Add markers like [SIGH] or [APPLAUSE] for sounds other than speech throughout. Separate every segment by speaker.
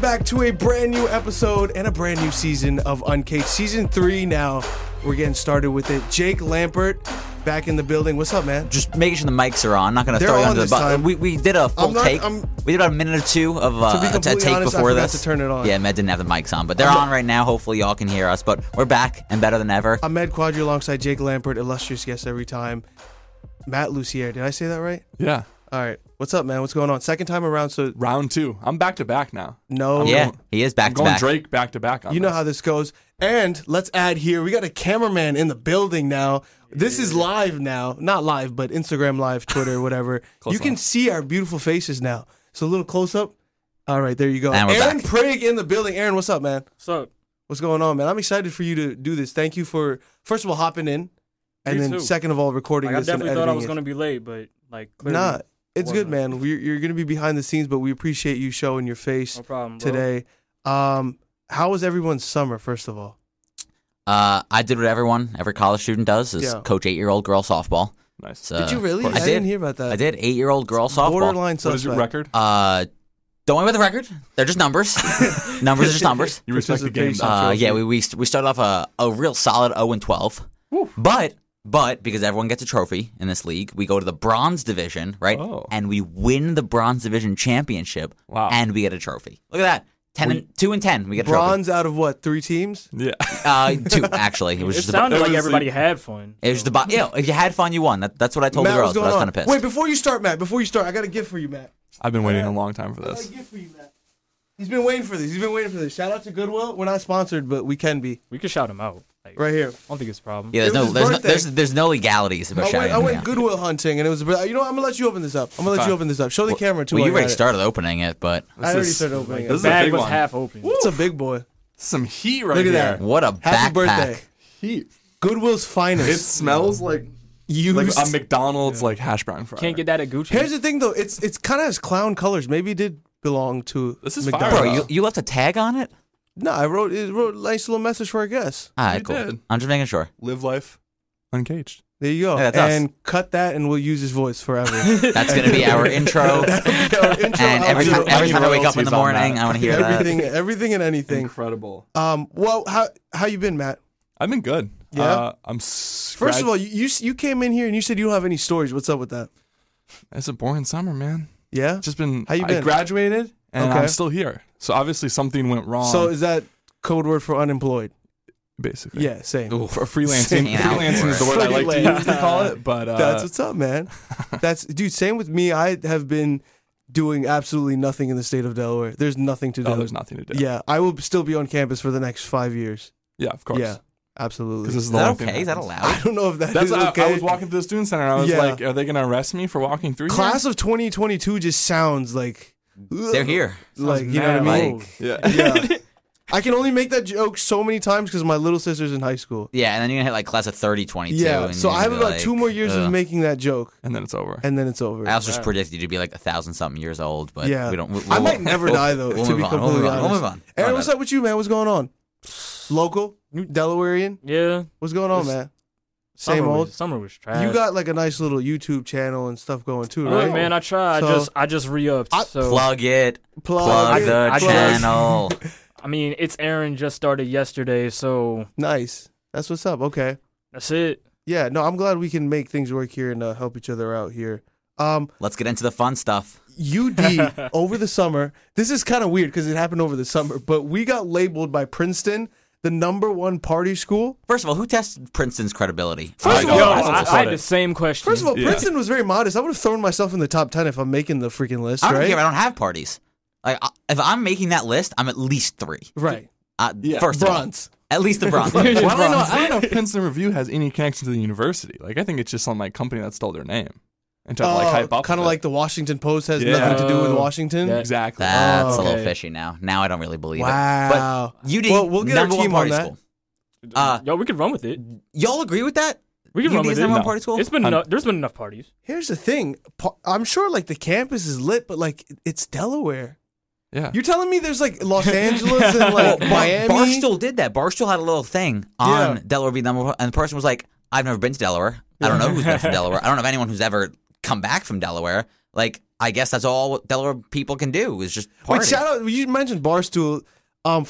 Speaker 1: back to a brand new episode and a brand new season of Uncaged. Season three now. We're getting started with it. Jake Lampert back in the building. What's up, man?
Speaker 2: just making sure the mics are on. I'm not going to
Speaker 1: They're
Speaker 2: throw you
Speaker 1: on
Speaker 2: under the
Speaker 1: this
Speaker 2: bus.
Speaker 1: time.
Speaker 2: We, we did a full
Speaker 1: not-
Speaker 2: take.
Speaker 1: I'm-
Speaker 2: we did about a minute or two of uh,
Speaker 1: be
Speaker 2: a- a
Speaker 1: completely
Speaker 2: take
Speaker 1: honest, I
Speaker 2: before
Speaker 1: forgot
Speaker 2: this.
Speaker 1: to turn it on.
Speaker 2: Yeah, Med didn't have the mics on, but they're on right now. Hopefully, y'all can hear us. But we're back and better than ever.
Speaker 1: I'm Ed Quadri alongside Jake Lampert, illustrious guest every time. Matt Lucier. Did I say that right?
Speaker 3: Yeah,
Speaker 1: All right. What's up, man? What's going on? Second time around, so
Speaker 3: round two. I'm back to back now.
Speaker 1: no.
Speaker 2: yeah, he is back
Speaker 3: I'm
Speaker 2: to
Speaker 3: going
Speaker 2: back.
Speaker 3: Drake back to back. On
Speaker 1: You know
Speaker 3: this.
Speaker 1: how this goes. And let's add here, we got a cameraman in the building now. This is live now. Not live, but Instagram live,
Speaker 4: [LAUGHS]
Speaker 1: Twitter, whatever. you can
Speaker 3: enough.
Speaker 1: see our beautiful faces now. So a little close up. All right, there you go.
Speaker 2: And we're
Speaker 1: Aaron
Speaker 2: back.
Speaker 1: Prigg in the building. Aaron, what's up, man?
Speaker 4: So
Speaker 1: What's going on, man? I'm excited for you to do this. Thank you for first of all hopping in, and
Speaker 4: You
Speaker 1: then
Speaker 4: too.
Speaker 1: second of all recording
Speaker 4: like, I
Speaker 1: this and
Speaker 4: definitely
Speaker 1: editing
Speaker 4: thought I was
Speaker 1: it.
Speaker 4: gonna be late, but like clearly,
Speaker 1: Nah, it's good,
Speaker 4: wasn't.
Speaker 1: man. We're, you're going to be behind the scenes, but we appreciate you showing your face
Speaker 4: no problem. Bro.
Speaker 1: today. Um, how was everyone's summer? First of all,
Speaker 2: Uh, I did what everyone, every college student does, is
Speaker 1: Yeah.
Speaker 2: coach eight-year-old girl softball.
Speaker 3: nice.
Speaker 2: So,
Speaker 1: did you really?
Speaker 2: Uh, I
Speaker 1: didn't
Speaker 2: did.
Speaker 1: hear about that.
Speaker 2: I did eight-year-old girl softball.
Speaker 1: Borderline
Speaker 3: what is your
Speaker 1: suspect.
Speaker 3: record?
Speaker 2: Uh, don't worry about the record. They're
Speaker 1: [LAUGHS]
Speaker 2: just numbers. numbers are just numbers.
Speaker 3: You respect the game.
Speaker 1: Participation.
Speaker 3: though.
Speaker 2: Uh,
Speaker 1: trophy.
Speaker 2: yeah, we, we st- we started off a, a real solid 0 and 12. But but because everyone gets a trophy in this league, we go to the bronze division, right?
Speaker 3: Oh.
Speaker 2: And we win the bronze division championship.
Speaker 3: Wow.
Speaker 2: And we get a trophy. Look at that. 10 and 2 and 10, we get a
Speaker 1: Bronze out of what? Three teams?
Speaker 3: yeah. [LAUGHS]
Speaker 2: trophy. Uh, two actually.
Speaker 1: [LAUGHS]
Speaker 2: It was
Speaker 4: It
Speaker 2: just the bo-
Speaker 4: sounded
Speaker 3: it
Speaker 4: like
Speaker 3: was
Speaker 4: everybody
Speaker 3: like-
Speaker 4: had fun.
Speaker 2: it was just the bo- yeah, if you had fun, you won. That, that's what I told the girls.
Speaker 1: what's
Speaker 2: But I was kind of pissed.
Speaker 1: Wait, before you start, Matt. Before you start, I got a gift for you, Matt.
Speaker 3: I've been waiting a long time for
Speaker 1: I got a
Speaker 3: this.
Speaker 1: gift for you, Matt. He's been waiting for this. He's been waiting for this. Shout out to Goodwill. We're not sponsored, but we can be
Speaker 4: We could shout him out. Like,
Speaker 1: right here.
Speaker 4: I don't think it's a problem.
Speaker 2: yeah,
Speaker 1: it
Speaker 2: there's no
Speaker 1: was
Speaker 2: there's, no
Speaker 1: birthday.
Speaker 2: there's there's no legalities about
Speaker 1: I
Speaker 2: shouting.
Speaker 1: went, I went
Speaker 2: yeah.
Speaker 1: Goodwill hunting, and it was. You know, what? I'm gonna let you open this up. I'm gonna let
Speaker 3: Okay.
Speaker 1: you open this up. Show the camera too.
Speaker 2: well,
Speaker 1: while
Speaker 2: you
Speaker 1: you're
Speaker 2: already
Speaker 1: at it.
Speaker 2: started opening it, but
Speaker 1: I already
Speaker 3: is-
Speaker 1: started opening.
Speaker 3: this
Speaker 1: it.
Speaker 3: is a
Speaker 4: bag
Speaker 3: big
Speaker 4: was
Speaker 3: one.
Speaker 4: half open.
Speaker 1: It's a big boy.
Speaker 3: Some heat right
Speaker 1: Look at
Speaker 3: here.
Speaker 1: that.
Speaker 2: what a
Speaker 1: Happy
Speaker 2: backpack.
Speaker 1: birthday.
Speaker 3: Heat.
Speaker 1: Goodwill's finest.
Speaker 3: It smells like
Speaker 1: used.
Speaker 3: like a McDonald's like hash brown fry.
Speaker 4: Can't get that at Gucci.
Speaker 1: Here's
Speaker 4: [LAUGHS]
Speaker 1: the thing, though. It's it's kind of has clown colors. Maybe it did belong to
Speaker 3: This is
Speaker 1: McDonald's.
Speaker 3: fire.
Speaker 2: Bro, you, you left a tag on it?
Speaker 1: No, I wrote it wrote a nice little message for our guests.
Speaker 2: All right,
Speaker 3: You
Speaker 2: cool.
Speaker 3: did.
Speaker 2: I'm just making sure.
Speaker 3: live life uncaged.
Speaker 1: There you go.
Speaker 2: Yeah, that's us.
Speaker 1: and cut that, and we'll use his voice
Speaker 2: [LAUGHS]
Speaker 1: forever.
Speaker 2: That's gonna be
Speaker 3: [LAUGHS]
Speaker 2: our intro.
Speaker 1: Our intro,
Speaker 2: and every
Speaker 1: outro,
Speaker 2: time, every time I wake up in the
Speaker 3: royalties on
Speaker 2: morning,
Speaker 3: that.
Speaker 2: I want to hear
Speaker 1: everything, everything, and anything.
Speaker 3: Incredible.
Speaker 1: Um, well, how how you been, Matt?
Speaker 3: I've been good.
Speaker 1: Yeah?
Speaker 3: Uh, I'm. First
Speaker 1: First of all, you, you s- you came in here and you said you don't have any stories. What's up with that?
Speaker 3: it's a boring summer, man.
Speaker 1: Yeah.
Speaker 3: Just been.
Speaker 1: How you
Speaker 3: I
Speaker 1: been?
Speaker 3: graduated and
Speaker 1: Okay.
Speaker 3: I'm still here. So obviously something went wrong.
Speaker 1: so is that code word for unemployed?
Speaker 3: basically.
Speaker 1: Yeah, same.
Speaker 3: Oof. Or freelancing.
Speaker 2: Same out
Speaker 3: Freelancing is the
Speaker 2: word.
Speaker 3: word I like to
Speaker 1: Freelance.
Speaker 3: use to call it, but uh,
Speaker 1: [LAUGHS] That's what's up,
Speaker 3: [LAUGHS]
Speaker 1: man. That's dude. Same with me. I have been doing absolutely nothing in the state of Delaware. There's nothing to do.
Speaker 3: no, there's nothing to do.
Speaker 1: Yeah, I will still be on campus for the next five years.
Speaker 3: yeah, of course.
Speaker 1: Yeah, absolutely.
Speaker 3: Because this is
Speaker 2: Is
Speaker 3: the
Speaker 2: that
Speaker 3: only thing
Speaker 2: okay? Is that
Speaker 1: [LAUGHS]
Speaker 3: happens.
Speaker 1: I
Speaker 2: allowed?
Speaker 1: don't know if that
Speaker 3: That's
Speaker 1: is
Speaker 3: I-
Speaker 1: okay.
Speaker 3: I, was walking through the student center. and I was
Speaker 1: Yeah.
Speaker 3: like, "Are they gonna arrest me for walking through?" here?"
Speaker 1: Class of 2022 just sounds like
Speaker 2: They're here.
Speaker 1: Like you know what I
Speaker 4: mad
Speaker 1: mean?
Speaker 4: old.
Speaker 3: Yeah.
Speaker 1: [LAUGHS] yeah. I can only make that joke so many times because my little sister's in high school.
Speaker 2: Yeah, and then you're gonna hit like class of 30, 22.
Speaker 1: Yeah,
Speaker 2: and
Speaker 1: so
Speaker 2: you're
Speaker 1: I have
Speaker 2: gonna
Speaker 1: about
Speaker 2: be
Speaker 1: two
Speaker 2: like,
Speaker 1: more years
Speaker 2: ugh.
Speaker 1: of making that joke,
Speaker 3: [LAUGHS] and then it's over.
Speaker 1: and then it's over.
Speaker 2: I also just predicted you to be like a thousand something years old, but
Speaker 1: Yeah.
Speaker 2: we don't. we
Speaker 1: I might
Speaker 2: [LAUGHS]
Speaker 1: never
Speaker 2: we'll-
Speaker 1: die though.
Speaker 2: We'll
Speaker 1: to
Speaker 2: move
Speaker 1: be
Speaker 2: on.
Speaker 1: completely
Speaker 2: we'll move on.
Speaker 1: honest.
Speaker 2: We'll move on.
Speaker 1: Aaron, what's up with you, man? What's going on? Local, Delawarean.
Speaker 4: Yeah.
Speaker 1: What's going on,
Speaker 4: It's-
Speaker 1: man?
Speaker 4: Summer
Speaker 1: Same
Speaker 4: was-
Speaker 1: old.
Speaker 4: Summer was trash.
Speaker 1: You got like a nice little YouTube channel and stuff going too,
Speaker 4: Look,
Speaker 1: right?
Speaker 4: man. I tried.
Speaker 1: So-
Speaker 4: I just I just re upped.
Speaker 1: I-
Speaker 4: So
Speaker 2: Plug it.
Speaker 1: plug,
Speaker 2: Plug
Speaker 1: it,
Speaker 2: the
Speaker 4: I just-
Speaker 2: channel.
Speaker 1: [LAUGHS]
Speaker 4: I mean, it's Aaron just started yesterday, so
Speaker 1: Nice. That's what's up. Okay.
Speaker 4: that's it.
Speaker 1: Yeah. No, I'm glad we can make things work here and uh, help each other out here. Um,
Speaker 2: Let's get into the fun stuff. [LAUGHS]
Speaker 1: UD over the summer. This is kind of weird because it happened over the summer, but we got labeled by Princeton the number one party school.
Speaker 2: First of all, who tested Princeton's credibility?
Speaker 1: First
Speaker 2: I
Speaker 1: of
Speaker 2: don't
Speaker 1: all-
Speaker 4: Yo,
Speaker 2: know.
Speaker 1: I
Speaker 2: That's
Speaker 4: I,
Speaker 2: what-
Speaker 4: I had the same question.
Speaker 1: First of all,
Speaker 3: Yeah.
Speaker 1: Princeton was very modest. I would have thrown myself in the top ten if I'm making the freaking list,
Speaker 2: I don't
Speaker 1: right?
Speaker 2: care. I don't have parties. Like I, if I'm making that list, I'm at least three.
Speaker 1: Right.
Speaker 2: Uh,
Speaker 3: Yeah.
Speaker 2: First
Speaker 1: Bronze.
Speaker 2: of all, at least the bronze.
Speaker 3: Why don't I, know,
Speaker 4: Bronze.
Speaker 3: I don't know
Speaker 1: [LAUGHS]
Speaker 3: if Princeton Review has any connection to the university. Like, I think it's just some like company that stole their name and tried to like hype up.
Speaker 1: kind of
Speaker 3: with it.
Speaker 1: Oh, like the Washington Post has
Speaker 3: Yeah.
Speaker 1: nothing to do with
Speaker 4: Oh,
Speaker 1: Washington.
Speaker 4: that-
Speaker 3: exactly.
Speaker 2: That's a little
Speaker 4: Okay.
Speaker 2: fishy now. Now I don't really believe
Speaker 1: Oh, Wow.
Speaker 2: it. But UD,
Speaker 1: Well, we'll get our
Speaker 2: number one
Speaker 1: team on
Speaker 2: party
Speaker 1: that.
Speaker 2: school. Uh,
Speaker 4: Yo, we could run with it.
Speaker 2: Y'all agree with that?
Speaker 4: We can
Speaker 2: UD
Speaker 4: run
Speaker 2: is
Speaker 4: with it.
Speaker 2: number one
Speaker 3: No.
Speaker 2: party school?
Speaker 4: It's been
Speaker 3: I'm-
Speaker 4: enough, there's been enough parties.
Speaker 1: Here's the thing. Pa- I'm sure like the campus is lit, but like it's Delaware.
Speaker 3: yeah.
Speaker 1: You're telling me there's like
Speaker 3: [LAUGHS]
Speaker 1: Los Angeles and
Speaker 2: Well,
Speaker 1: like
Speaker 2: Bar-
Speaker 1: Miami.
Speaker 2: Barstool did that. Barstool had a little thing on
Speaker 1: Yeah.
Speaker 2: Delaware being number one, and the person was like,
Speaker 1: [LAUGHS]
Speaker 2: "I've never been to Delaware. I don't know who's been to Delaware. I don't know of anyone who's ever come back from Delaware. Like, I guess that's all Delaware people can do is just party.
Speaker 1: Wait, shout out. You mentioned Barstool. Um,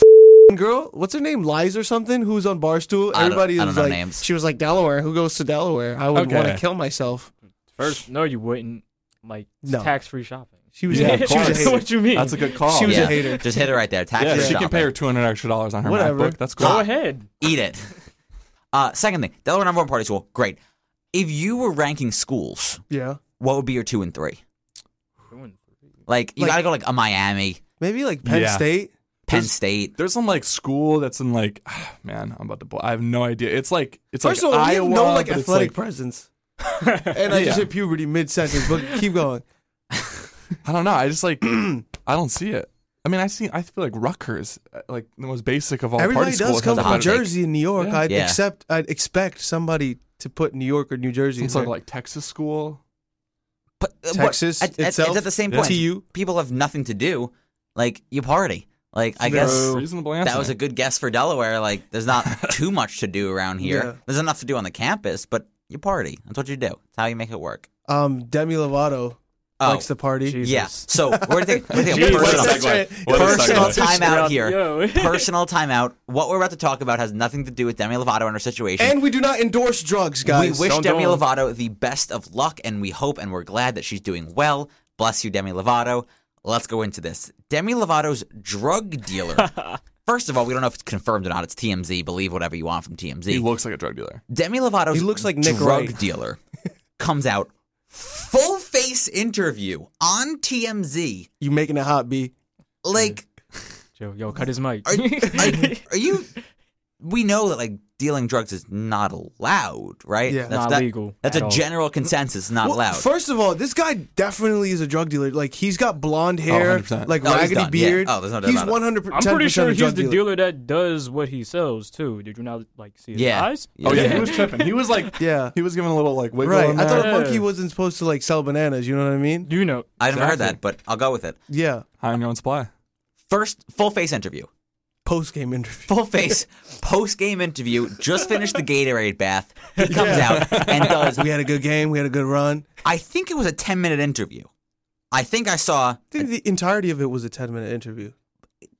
Speaker 1: girl, what's her name? Liz or something? Who was on Barstool?
Speaker 2: I don't-
Speaker 1: Everybody
Speaker 2: I
Speaker 1: was
Speaker 2: don't know
Speaker 1: like,
Speaker 2: names.
Speaker 1: she was like Delaware. Who goes to Delaware? I would
Speaker 3: Okay.
Speaker 1: want to kill myself.
Speaker 4: First, no, you wouldn't. Like it's
Speaker 1: No.
Speaker 4: tax-free shopping.
Speaker 1: She was.
Speaker 3: Yeah,
Speaker 4: [LAUGHS]
Speaker 1: a, she
Speaker 3: of
Speaker 1: was a
Speaker 3: course.
Speaker 4: That's
Speaker 1: hater.
Speaker 4: what you mean.
Speaker 3: That's a good call.
Speaker 1: She was a
Speaker 2: Yeah.
Speaker 1: hater.
Speaker 2: Just hit it right there. Tax
Speaker 3: yeah,
Speaker 2: free
Speaker 3: she can
Speaker 2: shopping.
Speaker 3: pay her two hundred extra dollars on her
Speaker 1: Whatever.
Speaker 3: MacBook. That's cool.
Speaker 4: Go ahead.
Speaker 2: Eat it. Uh, second thing, Delaware number one party school. Great. If you were ranking schools,
Speaker 1: Yeah.
Speaker 2: what would be your two and three?
Speaker 4: Ruined.
Speaker 2: Like you
Speaker 1: Like-
Speaker 2: gotta go like a Miami,
Speaker 1: Maybe like Penn
Speaker 3: Yeah.
Speaker 1: State.
Speaker 2: Penn
Speaker 3: There's-
Speaker 2: State.
Speaker 3: There's some like school that's in like, [SIGHS] man, I'm about to. Blow. I have no idea. It's like it's
Speaker 1: First
Speaker 3: like
Speaker 1: of all,
Speaker 3: Iowa,
Speaker 1: we have no like
Speaker 3: but it's,
Speaker 1: athletic
Speaker 3: [LAUGHS]
Speaker 1: presence. and I just
Speaker 3: Yeah.
Speaker 1: hit puberty mid sentence, but keep going.
Speaker 3: I don't know. I [CLEARS THROAT] just like I don't see it. I mean, I see. I feel like Rutgers, uh, like the most basic of all
Speaker 1: Everybody
Speaker 3: party schools,
Speaker 1: does come
Speaker 2: has a
Speaker 1: from
Speaker 2: hot take.
Speaker 1: Jersey and New York.
Speaker 3: Yeah.
Speaker 1: I'd
Speaker 2: Yeah.
Speaker 1: accept. I'd expect somebody to put New York or New Jersey.
Speaker 3: some
Speaker 1: in
Speaker 3: sort of
Speaker 1: there.
Speaker 3: like Texas school.
Speaker 2: But, uh, what-
Speaker 1: Texas
Speaker 2: at- at-
Speaker 1: itself?
Speaker 2: it's at the same
Speaker 3: Yeah.
Speaker 2: point.
Speaker 1: TU?
Speaker 2: People have nothing to do. Like you party. Like I guess
Speaker 3: That's a reasonable answer.
Speaker 2: that was a good guess for Delaware. Like there's not too much to do around here.
Speaker 1: Yeah.
Speaker 2: There's enough to do on the campus, but you party. That's what you do. That's how you make it work.
Speaker 1: um, Demi Lovato
Speaker 2: Oh,
Speaker 1: likes to party.
Speaker 4: Jesus.
Speaker 2: yeah. So we're thinking, we're thinking
Speaker 4: Jeez,
Speaker 2: personal,
Speaker 4: that's
Speaker 1: right.
Speaker 3: What a segue.
Speaker 2: personal
Speaker 1: That's right.
Speaker 2: timeout here.
Speaker 4: Yo.
Speaker 2: Personal timeout. What we're about to talk about has nothing to do with Demi Lovato and her situation.
Speaker 1: And we do not endorse drugs, guys.
Speaker 2: we wish
Speaker 4: don't
Speaker 2: Demi
Speaker 4: do 'em.
Speaker 2: Lovato the best of luck, and we hope and we're glad that she's doing well. Bless you, Demi Lovato. Let's go into this. Demi Lovato's drug
Speaker 1: [LAUGHS]
Speaker 2: dealer. First of all, we don't know if it's confirmed or not. It's TMZ. Believe whatever you want from TMZ.
Speaker 3: He looks like a drug dealer.
Speaker 2: Demi Lovato's
Speaker 1: He looks like Nick
Speaker 2: drug
Speaker 1: Wright. [LAUGHS]
Speaker 2: dealer comes out full face interview on TMZ.
Speaker 1: You making it hot, B.
Speaker 2: Like,
Speaker 4: Yo, yo, cut his mic. [LAUGHS]
Speaker 2: are,
Speaker 1: [LAUGHS]
Speaker 2: like, are you? We know that like dealing drugs is not allowed, right?
Speaker 1: Yeah.
Speaker 4: Not
Speaker 2: that-
Speaker 4: legal
Speaker 2: That's
Speaker 4: at
Speaker 2: a
Speaker 4: all.
Speaker 2: general consensus. Not
Speaker 1: Well,
Speaker 2: allowed.
Speaker 1: First of all, this guy definitely is a drug dealer. Like he's got blonde hair,
Speaker 3: 100%.
Speaker 1: like
Speaker 2: Oh, he's
Speaker 1: raggedy
Speaker 2: done, yeah.
Speaker 1: beard.
Speaker 2: Oh, there's no doubt
Speaker 1: He's
Speaker 2: about it.
Speaker 1: one hundred
Speaker 4: I'm
Speaker 1: percent.
Speaker 4: pretty sure
Speaker 1: a drug
Speaker 4: he's the
Speaker 1: dealer.
Speaker 4: dealer that does what he sells too. Did you not like see his
Speaker 2: Yeah.
Speaker 4: eyes?
Speaker 2: Yeah.
Speaker 3: Oh yeah, he was tripping. He
Speaker 2: [LAUGHS]
Speaker 3: was like,
Speaker 1: Yeah,
Speaker 4: [LAUGHS]
Speaker 3: he was giving a little like wiggle.
Speaker 1: right.
Speaker 3: in
Speaker 1: I thought
Speaker 3: there.
Speaker 1: a
Speaker 4: Yeah.
Speaker 1: monkey wasn't supposed to like sell bananas. You know what I mean?
Speaker 4: You know,
Speaker 2: I never heard
Speaker 3: Exactly.
Speaker 2: that, but I'll go with it.
Speaker 1: Yeah.
Speaker 3: high on your own supply.
Speaker 2: First full
Speaker 1: [LAUGHS]
Speaker 2: face interview.
Speaker 1: Post game interview.
Speaker 2: Full face post game interview. Just finished the Gatorade bath. [LAUGHS] He comes
Speaker 1: [LAUGHS]
Speaker 2: out and does.
Speaker 1: we had a good game. We had a good run.
Speaker 2: I think it was a ten minute interview. I think I saw.
Speaker 1: I think the entirety of it was a ten minute interview.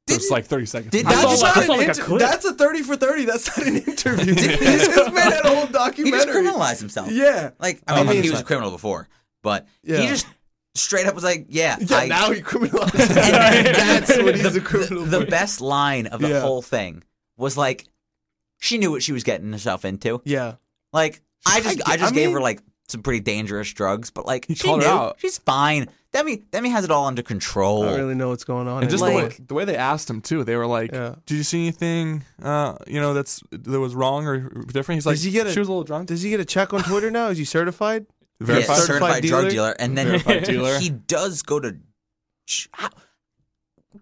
Speaker 3: So it's like thirty seconds.
Speaker 2: did
Speaker 3: I
Speaker 2: that
Speaker 3: saw-
Speaker 2: just-
Speaker 4: like- I
Speaker 1: an
Speaker 4: saw like a clip.
Speaker 1: that's a thirty for thirty. That's not an interview. this man had a whole
Speaker 2: He just
Speaker 1: documentary.
Speaker 2: criminalized himself.
Speaker 1: yeah.
Speaker 2: Like I mean,
Speaker 1: mean,
Speaker 2: he was
Speaker 1: so-
Speaker 2: a criminal before, but
Speaker 1: Yeah.
Speaker 2: he just straight up was like, "Yeah,
Speaker 1: Yeah, [LAUGHS]
Speaker 2: I- [LAUGHS]
Speaker 1: now he criminalized.
Speaker 2: And
Speaker 1: himself. that's what he's
Speaker 2: the,
Speaker 1: a criminal.
Speaker 2: the
Speaker 1: for.
Speaker 2: best line of the
Speaker 1: Yeah.
Speaker 2: whole thing was like, she knew what she was getting herself into.
Speaker 1: yeah.
Speaker 2: Like I just
Speaker 1: I
Speaker 2: I,
Speaker 1: get-
Speaker 2: just
Speaker 1: I
Speaker 2: gave
Speaker 1: mean-
Speaker 2: her like some pretty dangerous drugs, but like
Speaker 3: He
Speaker 2: she
Speaker 3: called
Speaker 2: knew
Speaker 3: her out.
Speaker 2: she's fine. Demi Demi has it all under control.
Speaker 1: I don't really know what's going on.
Speaker 3: And just
Speaker 1: anymore.
Speaker 3: the, way, the way they asked him too, they were like,
Speaker 1: Yeah.
Speaker 3: "Did you see anything? Uh, you know, that's that was wrong or different." He's like,
Speaker 1: Does he get a-
Speaker 3: "She was a little drunk."
Speaker 1: Does he get a check on Twitter now? Is he certified?
Speaker 2: Yeah,
Speaker 3: Verified.
Speaker 1: certi-
Speaker 2: certified drug
Speaker 1: dealer?
Speaker 2: dealer, and [LAUGHS] then
Speaker 3: Verified dealer.
Speaker 2: he does go to. ch- how-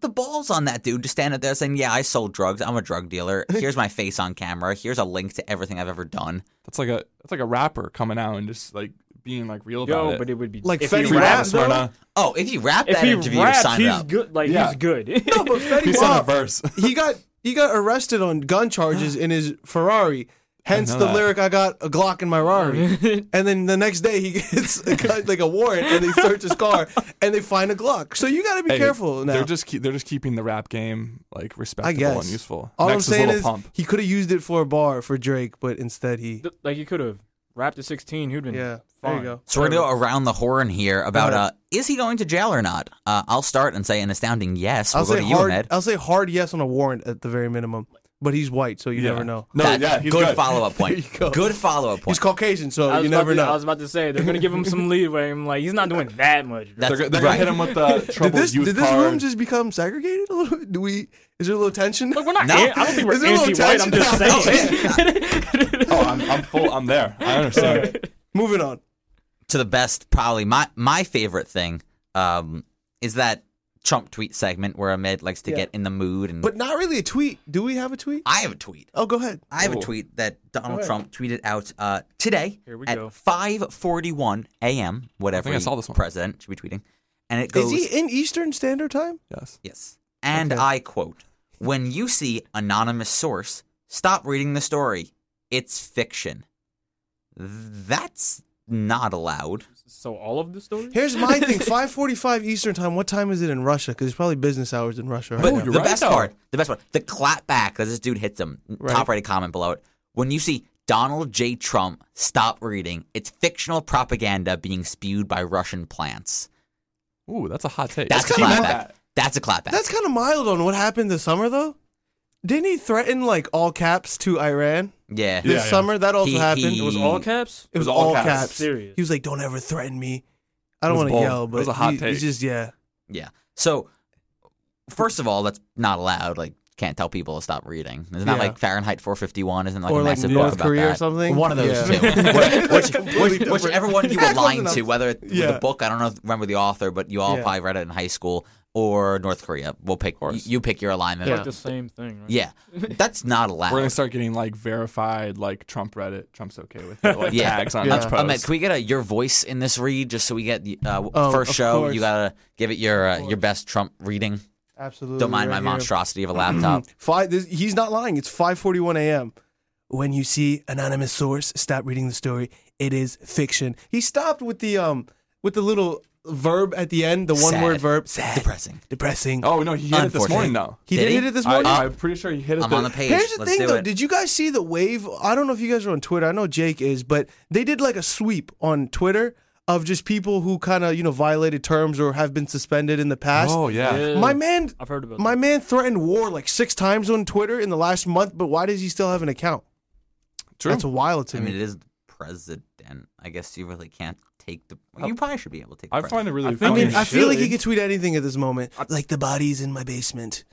Speaker 2: The balls on that dude to stand up there saying, "Yeah, I sold drugs. I'm a drug dealer. Here's my face on camera. Here's a link to everything I've ever done."
Speaker 3: that's like a that's like a rapper coming out and just like being like real about
Speaker 4: yo,
Speaker 3: it.
Speaker 4: but it would be
Speaker 1: Like
Speaker 4: if
Speaker 1: Fetty
Speaker 4: he
Speaker 3: Free
Speaker 1: Rap,
Speaker 4: rapped,
Speaker 3: raps,
Speaker 1: though?
Speaker 3: Myrna.
Speaker 2: Oh, if he rapped
Speaker 4: if
Speaker 2: that
Speaker 4: he
Speaker 2: interview,
Speaker 4: raps,
Speaker 2: sign it
Speaker 4: he's
Speaker 2: up.
Speaker 4: good. Like
Speaker 3: Yeah.
Speaker 4: he's good.
Speaker 1: [LAUGHS] No,
Speaker 4: [LAUGHS]
Speaker 1: but
Speaker 3: He
Speaker 1: Fetty
Speaker 3: sent a
Speaker 1: Wap,
Speaker 3: verse. [LAUGHS]
Speaker 1: he got he got arrested on gun charges in his Ferrari. Hence
Speaker 3: know
Speaker 1: the
Speaker 3: that.
Speaker 1: lyric, "I got a Glock in my Ferrari." and then the next day, he gets a gun- like a warrant, and they search his car, and they find a Glock. So you got to be
Speaker 3: Hey,
Speaker 1: careful now.
Speaker 3: They're just keep, they're just keeping the rap game like
Speaker 1: I
Speaker 3: respectable
Speaker 1: guess
Speaker 3: and useful.
Speaker 1: All
Speaker 3: Next
Speaker 1: I'm saying
Speaker 3: Lil
Speaker 1: is
Speaker 3: Pump.
Speaker 1: he could have used it for a bar for Drake, but instead he
Speaker 4: Th- like he could have rapped at 16. He'd been
Speaker 1: yeah. There
Speaker 4: fine.
Speaker 1: you go.
Speaker 2: So we're gonna go around the horn here about uh, is he going to jail or not? Uh, I'll start and say an astounding yes. We'll
Speaker 1: I'll
Speaker 2: go
Speaker 1: say
Speaker 2: to you,
Speaker 1: hard.
Speaker 2: Ahmed.
Speaker 1: I'll say hard yes on a warrant at the very minimum. But he's white, so you
Speaker 3: Yeah.
Speaker 1: never know.
Speaker 3: No,
Speaker 2: That's
Speaker 3: yeah, he's
Speaker 2: good,
Speaker 3: good.
Speaker 2: follow
Speaker 3: [LAUGHS]
Speaker 2: up point.
Speaker 1: There you go.
Speaker 2: Good follow up
Speaker 1: He's
Speaker 2: point.
Speaker 1: Caucasian,
Speaker 4: I
Speaker 1: so
Speaker 4: was
Speaker 1: you
Speaker 4: about
Speaker 1: never
Speaker 4: to-
Speaker 1: know.
Speaker 4: I was about to say they're gonna give him
Speaker 1: [LAUGHS]
Speaker 4: some leeway. I'm like, he's not doing that much.
Speaker 2: That's-
Speaker 3: They're, go- they're gonna hit him with the
Speaker 1: [LAUGHS] Did
Speaker 3: trouble
Speaker 1: this,
Speaker 3: youth
Speaker 1: did this
Speaker 3: card.
Speaker 1: room just become segregated a little bit? Do we? Is there a little tension?
Speaker 4: Like, we're not.
Speaker 2: No.
Speaker 4: an- I don't think
Speaker 1: Is
Speaker 4: we're
Speaker 1: there a little
Speaker 4: anti-white. I'm just
Speaker 1: tension?
Speaker 4: saying.
Speaker 1: [LAUGHS]
Speaker 3: [LAUGHS] oh, I'm, I'm full. I'm there. I understand.
Speaker 1: Moving on.
Speaker 2: to the best, probably my my favorite thing um, is that Trump tweet segment where Ahmed likes to
Speaker 1: Yeah.
Speaker 2: get in the mood and.
Speaker 1: But not really a tweet. Do we have a tweet?
Speaker 2: I have a tweet.
Speaker 1: Oh, go ahead.
Speaker 2: I have a
Speaker 3: Ooh.
Speaker 2: tweet that Donald
Speaker 1: ahead.
Speaker 2: Trump tweeted out uh, today
Speaker 4: Here we
Speaker 2: at
Speaker 4: go.
Speaker 2: 5:41 a.m. Whatever
Speaker 3: I think I
Speaker 2: he-
Speaker 3: saw this one.
Speaker 2: president should be tweeting, and it goes
Speaker 1: Is he in Eastern Standard Time?
Speaker 3: yes.
Speaker 2: yes, and
Speaker 1: Okay.
Speaker 2: I quote: "When you see anonymous source, stop reading the story. It's fiction." That's not allowed.
Speaker 4: So all of the story?
Speaker 1: Here's my thing:
Speaker 4: [LAUGHS]
Speaker 1: 5:45 Eastern time. What time is it in Russia? Because it's probably business hours in Russia. Right
Speaker 4: Oh,
Speaker 2: But
Speaker 1: now.
Speaker 2: the
Speaker 3: right,
Speaker 2: best
Speaker 3: though.
Speaker 2: part, the best part, the clap back that this dude hits him. Top right comment below it. When you see Donald J. Trump stop reading, it's fictional propaganda being spewed by Russian plants.
Speaker 3: Ooh, that's a hot take.
Speaker 2: That's a
Speaker 1: kinda
Speaker 2: clapback.
Speaker 1: like
Speaker 2: That's a clapback.
Speaker 1: That's kind of mild on what happened this summer, though. Didn't he threaten like all caps to Iran
Speaker 2: yeah.
Speaker 1: this
Speaker 3: Yeah, yeah.
Speaker 1: summer? That also
Speaker 2: He-
Speaker 1: happened.
Speaker 2: he-
Speaker 1: it was all.
Speaker 4: All caps?
Speaker 1: It was all caps.
Speaker 4: Serious.
Speaker 1: He was like, "Don't ever threaten me." I don't
Speaker 3: was
Speaker 1: want to
Speaker 3: bold.
Speaker 1: yell,
Speaker 3: It
Speaker 1: but
Speaker 3: was a hot
Speaker 1: he-
Speaker 3: take.
Speaker 1: he's just yeah.
Speaker 2: Yeah. So, first of all, that's not allowed. Like, can't tell people to stop reading. Isn't that
Speaker 1: Yeah.
Speaker 2: like Fahrenheit 451? Isn't like
Speaker 1: or
Speaker 2: a
Speaker 1: like
Speaker 2: massive
Speaker 1: North
Speaker 2: book
Speaker 1: Korea
Speaker 2: about
Speaker 1: or
Speaker 2: that?
Speaker 1: something.
Speaker 2: One of those
Speaker 1: Yeah.
Speaker 2: two. Which-
Speaker 1: [LAUGHS] Completely
Speaker 2: which, which,
Speaker 1: different.
Speaker 2: everyone you were
Speaker 1: That's
Speaker 2: lying
Speaker 1: something
Speaker 2: to, whether it, with
Speaker 1: Yeah.
Speaker 2: a book, I don't know, remember the author, but you all
Speaker 1: Yeah.
Speaker 2: probably read it in high school, or North Korea. We'll pick, you,
Speaker 3: course.
Speaker 2: you pick your alignment.
Speaker 4: Like
Speaker 1: Yeah.
Speaker 4: the same thing, right?
Speaker 2: Yeah. That's not allowed.
Speaker 3: We're gonna start getting like verified, like Trump Reddit. Trump's okay with it. Like
Speaker 2: Yeah.
Speaker 3: tags on
Speaker 1: Yeah.
Speaker 3: each
Speaker 1: Um,
Speaker 3: post.
Speaker 2: Ahmed, can we get a, your voice in this read just so we get the uh,
Speaker 1: Um,
Speaker 2: first
Speaker 1: of
Speaker 2: show?
Speaker 1: course.
Speaker 2: You gotta give it your uh, your best Trump reading.
Speaker 1: Absolutely.
Speaker 2: Don't mind
Speaker 1: right
Speaker 2: my
Speaker 1: here.
Speaker 2: monstrosity of a laptop.
Speaker 1: Five. This, he's not lying. It's 5:41 a.m. When you see anonymous source, stop reading the story. It is fiction. He stopped with the um with the little verb at the end, the one
Speaker 2: Sad.
Speaker 1: word verb. Sad.
Speaker 2: Depressing.
Speaker 1: Depressing.
Speaker 3: oh no, he hit it this
Speaker 2: Unfortunate.
Speaker 3: morning though.
Speaker 1: he
Speaker 2: did
Speaker 1: did,
Speaker 2: he?
Speaker 1: hit it this
Speaker 3: I,
Speaker 1: morning.
Speaker 3: I'm pretty sure he hit it.
Speaker 2: I'm
Speaker 3: the-
Speaker 2: on the page.
Speaker 1: Here's the
Speaker 2: Let's
Speaker 1: thing,
Speaker 2: do
Speaker 1: though.
Speaker 2: it.
Speaker 1: Did you guys see the wave? I don't know if you guys are on Twitter. I know Jake is, but they did like a sweep on Twitter of just people who kind of you know violated terms or have been suspended in the past.
Speaker 3: Oh yeah.
Speaker 4: Yeah.
Speaker 1: My man,
Speaker 4: I've heard about
Speaker 1: my man threatened war like six times on Twitter in the last month. But why does he still have an account?
Speaker 3: True.
Speaker 1: That's wild to
Speaker 2: I mean,
Speaker 1: me.
Speaker 2: it is the president. I guess you really can't take the. You probably should be able to take. The
Speaker 3: I find it really.
Speaker 4: I think
Speaker 1: I
Speaker 3: funny.
Speaker 1: mean, I feel like he
Speaker 4: Really?
Speaker 1: could tweet anything at this moment. Like the bodies in my
Speaker 2: [LAUGHS]
Speaker 1: basement.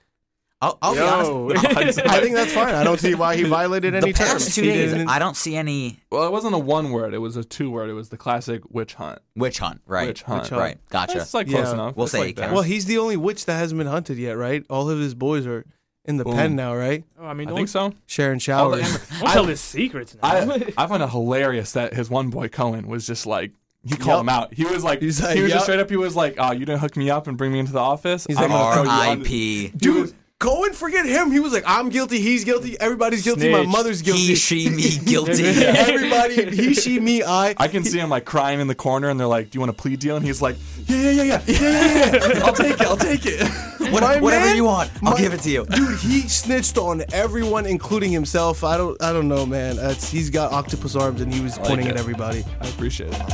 Speaker 2: I'll, I'll be honest.
Speaker 4: Yo.
Speaker 1: [LAUGHS] I think that's fine. I don't see why he violated
Speaker 2: The
Speaker 1: any terms.
Speaker 2: past two
Speaker 1: He
Speaker 2: days,
Speaker 1: didn't-
Speaker 2: I don't see any
Speaker 3: Well, it wasn't a one word. It was a two word. It was the classic witch hunt.
Speaker 2: witch hunt. Right.
Speaker 3: Witch hunt.
Speaker 1: Witch hunt.
Speaker 2: Right. Gotcha.
Speaker 3: It's like close
Speaker 1: Yeah.
Speaker 3: enough.
Speaker 2: We'll
Speaker 3: It's
Speaker 2: say
Speaker 3: like
Speaker 2: it
Speaker 3: that.
Speaker 2: counts.
Speaker 1: well, he's the only witch that hasn't been hunted yet, right? All of his boys are in the
Speaker 3: Boom.
Speaker 1: pen now, right?
Speaker 4: [LAUGHS] Oh, I
Speaker 3: I
Speaker 4: mean, don't,
Speaker 3: think so.
Speaker 1: Sharon
Speaker 3: All the-
Speaker 1: showers.
Speaker 4: don't tell his secrets now.
Speaker 1: [LAUGHS]
Speaker 3: I, I find it hilarious that his one boy Cohen was just like he called
Speaker 1: Yup.
Speaker 3: him out. He was like,
Speaker 1: He's like,
Speaker 3: he was
Speaker 1: yup.
Speaker 3: just straight up. He was like, "Oh, you didn't hook me up and bring me into the office."
Speaker 1: He's
Speaker 3: I'm
Speaker 1: like,
Speaker 3: gonna throw you on-
Speaker 2: R.I.P.
Speaker 1: Dude, go and forget him. He was like, I'm guilty, he's guilty, everybody's guilty, my
Speaker 4: Snitch.
Speaker 1: mother's guilty. [LAUGHS]
Speaker 2: He, she, me, guilty.
Speaker 1: Everybody, he, she, me, I.
Speaker 3: I can see him like crying in the corner, and they're like, "Do you want a plea deal?" And he's like, "Yeah, yeah, yeah, yeah, yeah, yeah, yeah. I'll take it. I'll take
Speaker 1: [LAUGHS]
Speaker 3: it."
Speaker 2: [LAUGHS] What-
Speaker 1: My
Speaker 2: whatever
Speaker 1: man-
Speaker 2: you want, I'll
Speaker 1: my-
Speaker 2: give it to you.
Speaker 1: Dude, he snitched on everyone, including himself. I don't, I don't know, man. That's, he's got octopus arms, and he was pointing
Speaker 3: it.
Speaker 1: at everybody.
Speaker 3: I appreciate it.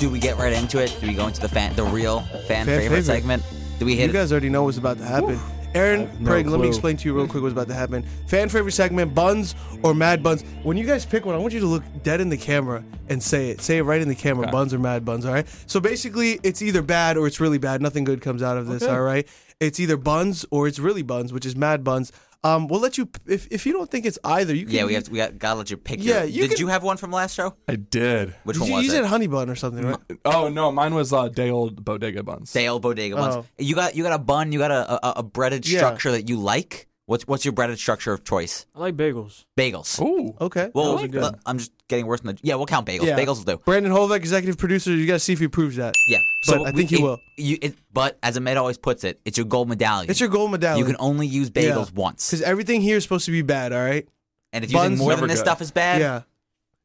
Speaker 2: Do we get right into it? Do we go into the fan, the real
Speaker 1: Fan
Speaker 2: fan, favorite,
Speaker 1: favorite.
Speaker 2: segment? Do we hit?
Speaker 1: You guys already know what's about to happen. Aaron,
Speaker 3: no
Speaker 1: Craig, let me
Speaker 3: clue.
Speaker 1: explain to you real quick what's about to happen. Fan favorite segment, buns or mad buns. When you guys pick one, I want you to look dead in the camera and say it. Say it right in the camera, buns or mad buns, all right? So basically, it's either bad or it's really bad. Nothing good comes out of this, all right? It's either buns or it's really buns, which is mad buns. Um, we'll let you, if, if you don't think it's either, you can.
Speaker 2: yeah, we have. To, we got, gotta let you pick.
Speaker 1: Yeah,
Speaker 2: your,
Speaker 1: you
Speaker 2: Did
Speaker 1: can-
Speaker 2: you have one from last show?
Speaker 3: I did.
Speaker 2: Which
Speaker 1: You,
Speaker 2: one
Speaker 1: you
Speaker 2: was it? Mm-hmm.
Speaker 1: said honey bun or something, right?
Speaker 3: Oh no, mine was uh, day old bodega buns.
Speaker 2: Dale Bodega
Speaker 1: Oh.
Speaker 2: buns. You got you got a bun. You got a a, a breaded
Speaker 1: Yeah.
Speaker 2: structure that you like. What's what's your breaded structure of choice?
Speaker 4: I like bagels.
Speaker 2: Bagels.
Speaker 3: Ooh,
Speaker 1: Okay.
Speaker 2: Well,
Speaker 4: Those are good.
Speaker 2: uh, I'm just getting worse than the. Yeah, we'll count bagels.
Speaker 1: Yeah.
Speaker 2: Bagels will do.
Speaker 1: Brandon Holvek, executive producer, you got to see if he proves that.
Speaker 2: Yeah,
Speaker 1: But I think he
Speaker 2: it-
Speaker 1: will.
Speaker 2: You, it, but as Ahmed always puts it, it's your gold medallion.
Speaker 1: It's your gold medallion.
Speaker 2: You can only use bagels
Speaker 1: Yeah.
Speaker 2: once,
Speaker 1: Because everything here is supposed to be bad, all right?
Speaker 2: and if
Speaker 1: buns
Speaker 2: using more
Speaker 3: never
Speaker 2: than this
Speaker 3: good.
Speaker 2: stuff is bad.
Speaker 1: Yeah.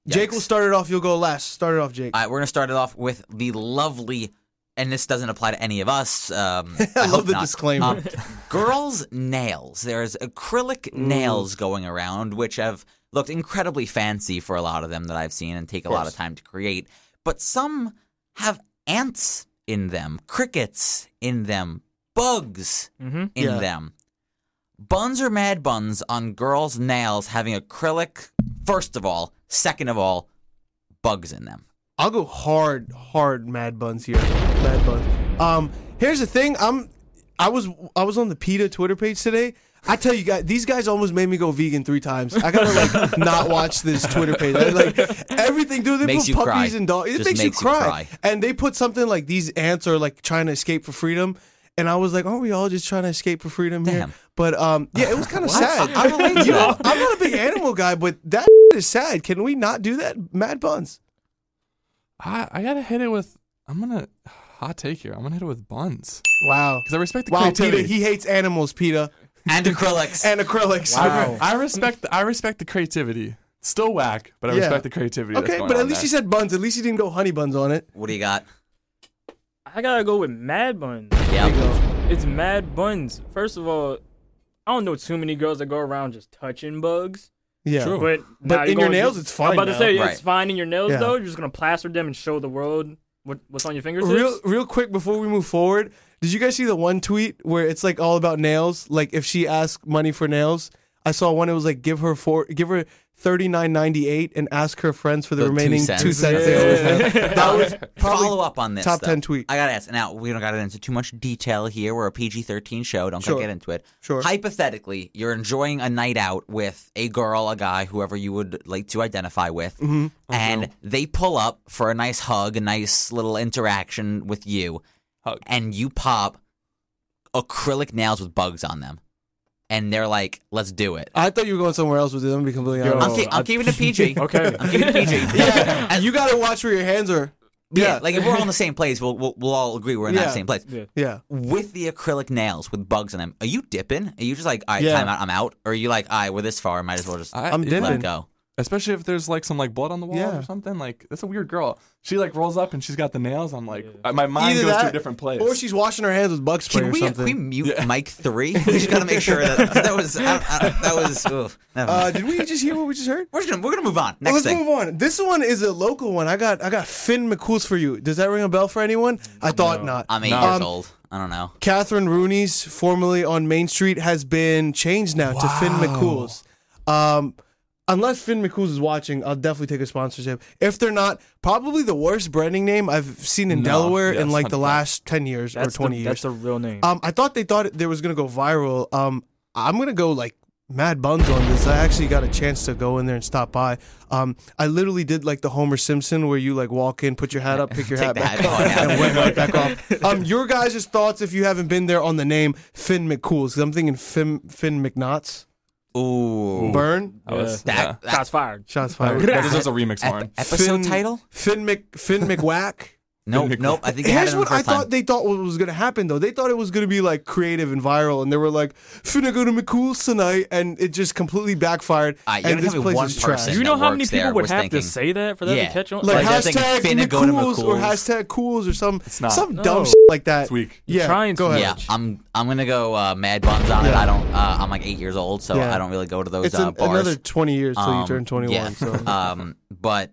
Speaker 1: Jake will
Speaker 2: Yikes.
Speaker 1: start it off. You'll go last. Start it off, Jake.
Speaker 2: All right, we're gonna start it off with the lovely, and this doesn't apply to any of us.
Speaker 1: [LAUGHS]
Speaker 2: Um, I,
Speaker 1: I
Speaker 2: hope
Speaker 1: love the
Speaker 2: not.
Speaker 1: disclaimer.
Speaker 2: Um, girls' nails. There's acrylic nails going around, which have looked incredibly fancy for a lot of them that I've seen and take a lot of time to create. But some have ants in them, crickets in them, bugs
Speaker 4: Mm-hmm.
Speaker 2: in
Speaker 1: Yeah.
Speaker 2: them. Buns or mad buns on girls' nails having acrylic, first of all. Second of all, bugs in them.
Speaker 1: I'll go hard, hard mad buns here. Mad buns. Um, here's the thing. I'm I was I was on the PETA E Twitter page today. I tell you guys, these guys almost made me go vegan three times. I gotta
Speaker 2: [LAUGHS]
Speaker 1: like not watch this Twitter page. I, like everything, dude. They
Speaker 2: Makes
Speaker 1: put
Speaker 2: you cry.
Speaker 1: puppies and dogs. It
Speaker 2: Just
Speaker 1: makes, you,
Speaker 2: makes you
Speaker 1: cry.
Speaker 2: cry.
Speaker 1: And they put something like these ants are like trying to escape for freedom. And I was like, aren't we all just trying to escape for freedom here?
Speaker 2: Damn.
Speaker 1: But um, yeah, it was kind of
Speaker 2: [LAUGHS] What?
Speaker 1: sad.
Speaker 2: I- I relate to
Speaker 1: You know,
Speaker 2: that.
Speaker 1: I'm not a big animal guy, but that [LAUGHS] is sad. Can we not do that, Mad Buns?
Speaker 3: I, I gotta hit it with. I'm gonna [SIGHS] hot take here. I'm gonna hit it with buns
Speaker 1: Wow.
Speaker 3: because I respect the
Speaker 1: Wow, Peter,
Speaker 3: creativity.
Speaker 1: he hates animals, Peter,
Speaker 2: and
Speaker 1: [LAUGHS]
Speaker 2: acrylics.
Speaker 1: and acrylics.
Speaker 3: I,
Speaker 4: Wow.
Speaker 3: re- I respect. The, I respect the creativity. Still whack, but I
Speaker 1: Yeah.
Speaker 3: respect the creativity. that's
Speaker 1: Okay,
Speaker 3: going
Speaker 1: but at
Speaker 3: on
Speaker 1: least he
Speaker 3: there.
Speaker 1: said buns. At least he didn't go honey buns on it.
Speaker 2: what do you got?
Speaker 4: I gotta go with Mad Buns.
Speaker 2: Yeah.
Speaker 4: It's Mad Buns. First of all, I don't know too many girls that go around just touching bugs.
Speaker 1: Yeah.
Speaker 3: True.
Speaker 4: But
Speaker 1: But
Speaker 4: nah,
Speaker 1: in
Speaker 4: you're
Speaker 1: your
Speaker 4: going-
Speaker 1: nails, it's fine.
Speaker 4: I'm about
Speaker 1: now.
Speaker 4: to say
Speaker 2: Right.
Speaker 4: it's fine in your nails
Speaker 1: Yeah.
Speaker 4: though. You're just gonna plaster them and show the world what, what's on your fingertips.
Speaker 1: real, real quick before we move forward, did you guys see the one tweet where it's like all about nails? Like if she asked money for nails, I saw one. It was like give her four, give her thirty nine ninety eight, and ask her friends for the,
Speaker 2: The two
Speaker 1: remaining
Speaker 2: cents.
Speaker 1: two cents.
Speaker 4: Yeah.
Speaker 1: they always
Speaker 2: [LAUGHS]
Speaker 1: have. [LAUGHS] That was probably
Speaker 2: Follow up on this.
Speaker 1: top
Speaker 2: though.
Speaker 1: 10 tweet.
Speaker 2: I gotta ask. Now we don't gotta get into too much detail here. We're a PG thirteen show. Don't
Speaker 1: Sure.
Speaker 2: get into it.
Speaker 1: Sure.
Speaker 2: Hypothetically, you're enjoying a night out with a girl, a guy, whoever you would like to identify with,
Speaker 1: Mm-hmm.
Speaker 2: and they pull up for a nice hug, a nice little interaction with you,
Speaker 3: Hug.
Speaker 2: and you pop acrylic nails with bugs on them, and they're like, "Let's do it."
Speaker 1: I thought you were going somewhere else with it. I'm gonna be completely
Speaker 4: Yo.
Speaker 1: honest.
Speaker 2: I'm, ki- I'm
Speaker 4: I-
Speaker 2: keeping it
Speaker 1: [LAUGHS]
Speaker 2: PG.
Speaker 3: [LAUGHS]
Speaker 4: Okay.
Speaker 2: I'm keeping it PG.
Speaker 1: Yeah, [LAUGHS]
Speaker 2: And-
Speaker 1: you gotta watch where your hands are.
Speaker 2: yeah,
Speaker 1: Yeah.
Speaker 2: like if we're all in the same place, we'll we'll, we'll all agree we're in
Speaker 1: Yeah.
Speaker 2: that same place.
Speaker 4: Yeah.
Speaker 1: Yeah.
Speaker 2: With the acrylic nails with bugs on them, are you dipping? Are you just like, all right,
Speaker 1: Yeah.
Speaker 2: time out, I'm out? Or are you like, all right, we're this far, might as well just
Speaker 3: I,
Speaker 1: I'm
Speaker 3: yeah,
Speaker 1: dipping.
Speaker 2: let go?
Speaker 3: Especially if there's like some like blood on the wall
Speaker 1: Yeah.
Speaker 3: or something. Like that's a weird girl. She like rolls up and she's got the nails. I'm like, uh, my mind
Speaker 1: Either
Speaker 3: goes
Speaker 1: that,
Speaker 3: to a different place.
Speaker 1: Or she's washing her hands with bug spray
Speaker 2: Can
Speaker 1: or
Speaker 2: we,
Speaker 1: something.
Speaker 2: can we mute
Speaker 1: [LAUGHS]
Speaker 2: Mike three? We just gotta make sure that that was I, I, that was. Oof, never
Speaker 1: uh,
Speaker 2: mind.
Speaker 1: did we just hear what we just heard?
Speaker 2: we're, just gonna, we're gonna move on.
Speaker 1: [LAUGHS]
Speaker 2: Next
Speaker 1: Let's
Speaker 2: thing.
Speaker 1: move on. This one is a local one. I got I got Finn McCool's for you. Does that ring a bell for anyone? I thought not.
Speaker 2: I'm eight
Speaker 3: No.
Speaker 2: years
Speaker 1: Um,
Speaker 2: old. I don't know.
Speaker 1: Catherine Rooney's, formerly on Main Street, has been changed now to Finn McCool's. Um, unless Finn McCool's is watching, I'll definitely take a sponsorship. If they're not, probably the worst branding name I've seen in
Speaker 3: No,
Speaker 1: Delaware in
Speaker 3: yes,
Speaker 1: like the
Speaker 3: 100%.
Speaker 1: last ten years
Speaker 4: That's
Speaker 1: or twenty
Speaker 4: the,
Speaker 1: years.
Speaker 4: That's a real name.
Speaker 1: Um, I thought they thought it, they was gonna go viral. Um, I'm gonna go like mad buns on this. I actually got a chance to go in there and stop by. Um, I literally did like the Homer Simpson where you like walk in, put your hat up, pick your hat
Speaker 2: Take the
Speaker 1: back
Speaker 2: hat
Speaker 1: off,
Speaker 2: off.
Speaker 1: and went right back
Speaker 2: [LAUGHS]
Speaker 1: off. Um, your guys' thoughts if you haven't been there on the name Finn McCool's? Because I'm thinking Finn Finn McNaughts.
Speaker 2: Ooh,
Speaker 1: Burn.
Speaker 3: That was-
Speaker 2: that,
Speaker 3: yeah.
Speaker 2: that,
Speaker 4: Shots fired.
Speaker 1: Shots
Speaker 3: That was-
Speaker 1: fired.
Speaker 3: that deserves a remix
Speaker 2: ep-
Speaker 3: horn.
Speaker 2: episode
Speaker 1: Finn-
Speaker 2: title?
Speaker 1: Finn Mc Finn McWhack.
Speaker 2: Nope, nope. I think they had it
Speaker 1: Here's
Speaker 2: in the
Speaker 1: what I
Speaker 2: first time.
Speaker 1: thought they thought what was gonna happen though. They thought it was gonna be like creative and viral, and they were like, "Finna go to McCool's tonight," and it just completely backfired.
Speaker 2: All right, you
Speaker 1: and
Speaker 2: gotta
Speaker 1: this
Speaker 2: tell me
Speaker 1: place
Speaker 2: one
Speaker 1: is trash.
Speaker 2: person.
Speaker 4: Do you know
Speaker 2: that
Speaker 4: how many
Speaker 2: works
Speaker 4: people
Speaker 2: there
Speaker 4: would
Speaker 2: was
Speaker 4: have
Speaker 2: thinking-
Speaker 4: to say that for that
Speaker 2: Yeah.
Speaker 4: to catch on?
Speaker 1: like,
Speaker 2: Like, they're thinking,
Speaker 1: hashtag
Speaker 2: "Finna go to
Speaker 1: McCool's or
Speaker 2: McCool's."
Speaker 1: hashtag Cools or some
Speaker 3: It's not.
Speaker 1: some
Speaker 4: No.
Speaker 1: dumb shit like that.
Speaker 3: It's weak.
Speaker 1: Yeah,
Speaker 4: Trying
Speaker 1: go
Speaker 4: too
Speaker 1: ahead.
Speaker 2: Yeah,
Speaker 4: much.
Speaker 2: I'm I'm gonna go uh, Mad Buns on it.
Speaker 1: Yeah.
Speaker 2: I don't. Uh, I'm like eight years old, so
Speaker 1: Yeah.
Speaker 2: I don't really go to those
Speaker 1: It's
Speaker 2: uh,
Speaker 1: an-
Speaker 2: bars.
Speaker 1: another 20 years till you
Speaker 2: Um,
Speaker 1: turn 21.
Speaker 2: yeah.
Speaker 1: So
Speaker 2: [LAUGHS] um, but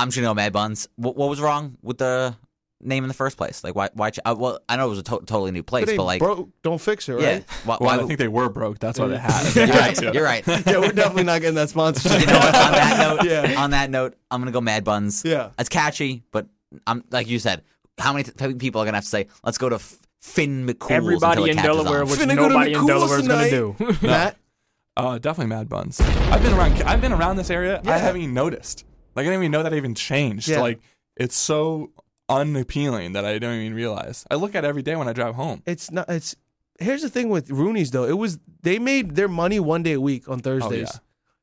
Speaker 2: I'm just gonna go Mad Buns. What, what was wrong with the name in the first place? Like why? Why? ch- Uh, well, I know it was a to- totally new place,
Speaker 1: If it ain't
Speaker 2: but like,
Speaker 1: broke, don't fix it,
Speaker 2: yeah,
Speaker 1: right?
Speaker 2: why?
Speaker 3: Well,
Speaker 2: why
Speaker 3: I
Speaker 2: would-
Speaker 3: think they were broke. That's why they had. it.
Speaker 1: [LAUGHS]
Speaker 2: you're right. You're right.
Speaker 1: Yeah, we're definitely not getting
Speaker 2: [LAUGHS]
Speaker 1: that sponsorship.
Speaker 2: You know what, on that note,
Speaker 1: yeah,
Speaker 2: on that note, I'm gonna go Mad Buns.
Speaker 1: yeah.
Speaker 2: It's catchy, but I'm like you said, how many t- people are gonna have to say, "Let's go to F- Finn McCool's"? until
Speaker 4: Everybody
Speaker 2: it
Speaker 4: in
Speaker 2: catches
Speaker 4: Delaware,
Speaker 2: on?
Speaker 4: which
Speaker 1: Finna go to
Speaker 4: nobody in
Speaker 1: McCool's
Speaker 4: Delaware is gonna do.
Speaker 1: tonight. Matt,
Speaker 3: Uh, definitely Mad Buns. I've been around. I've been around this area.
Speaker 1: Yeah.
Speaker 3: I haven't even noticed. Like I didn't even know that even changed.
Speaker 1: Yeah.
Speaker 3: Like it's so unappealing that I don't even realize. I look at it every day when I drive home.
Speaker 1: it's not it's here's the thing with Rooney's though. It was they made their money one day a week on
Speaker 3: Oh yeah.
Speaker 1: Thursdays.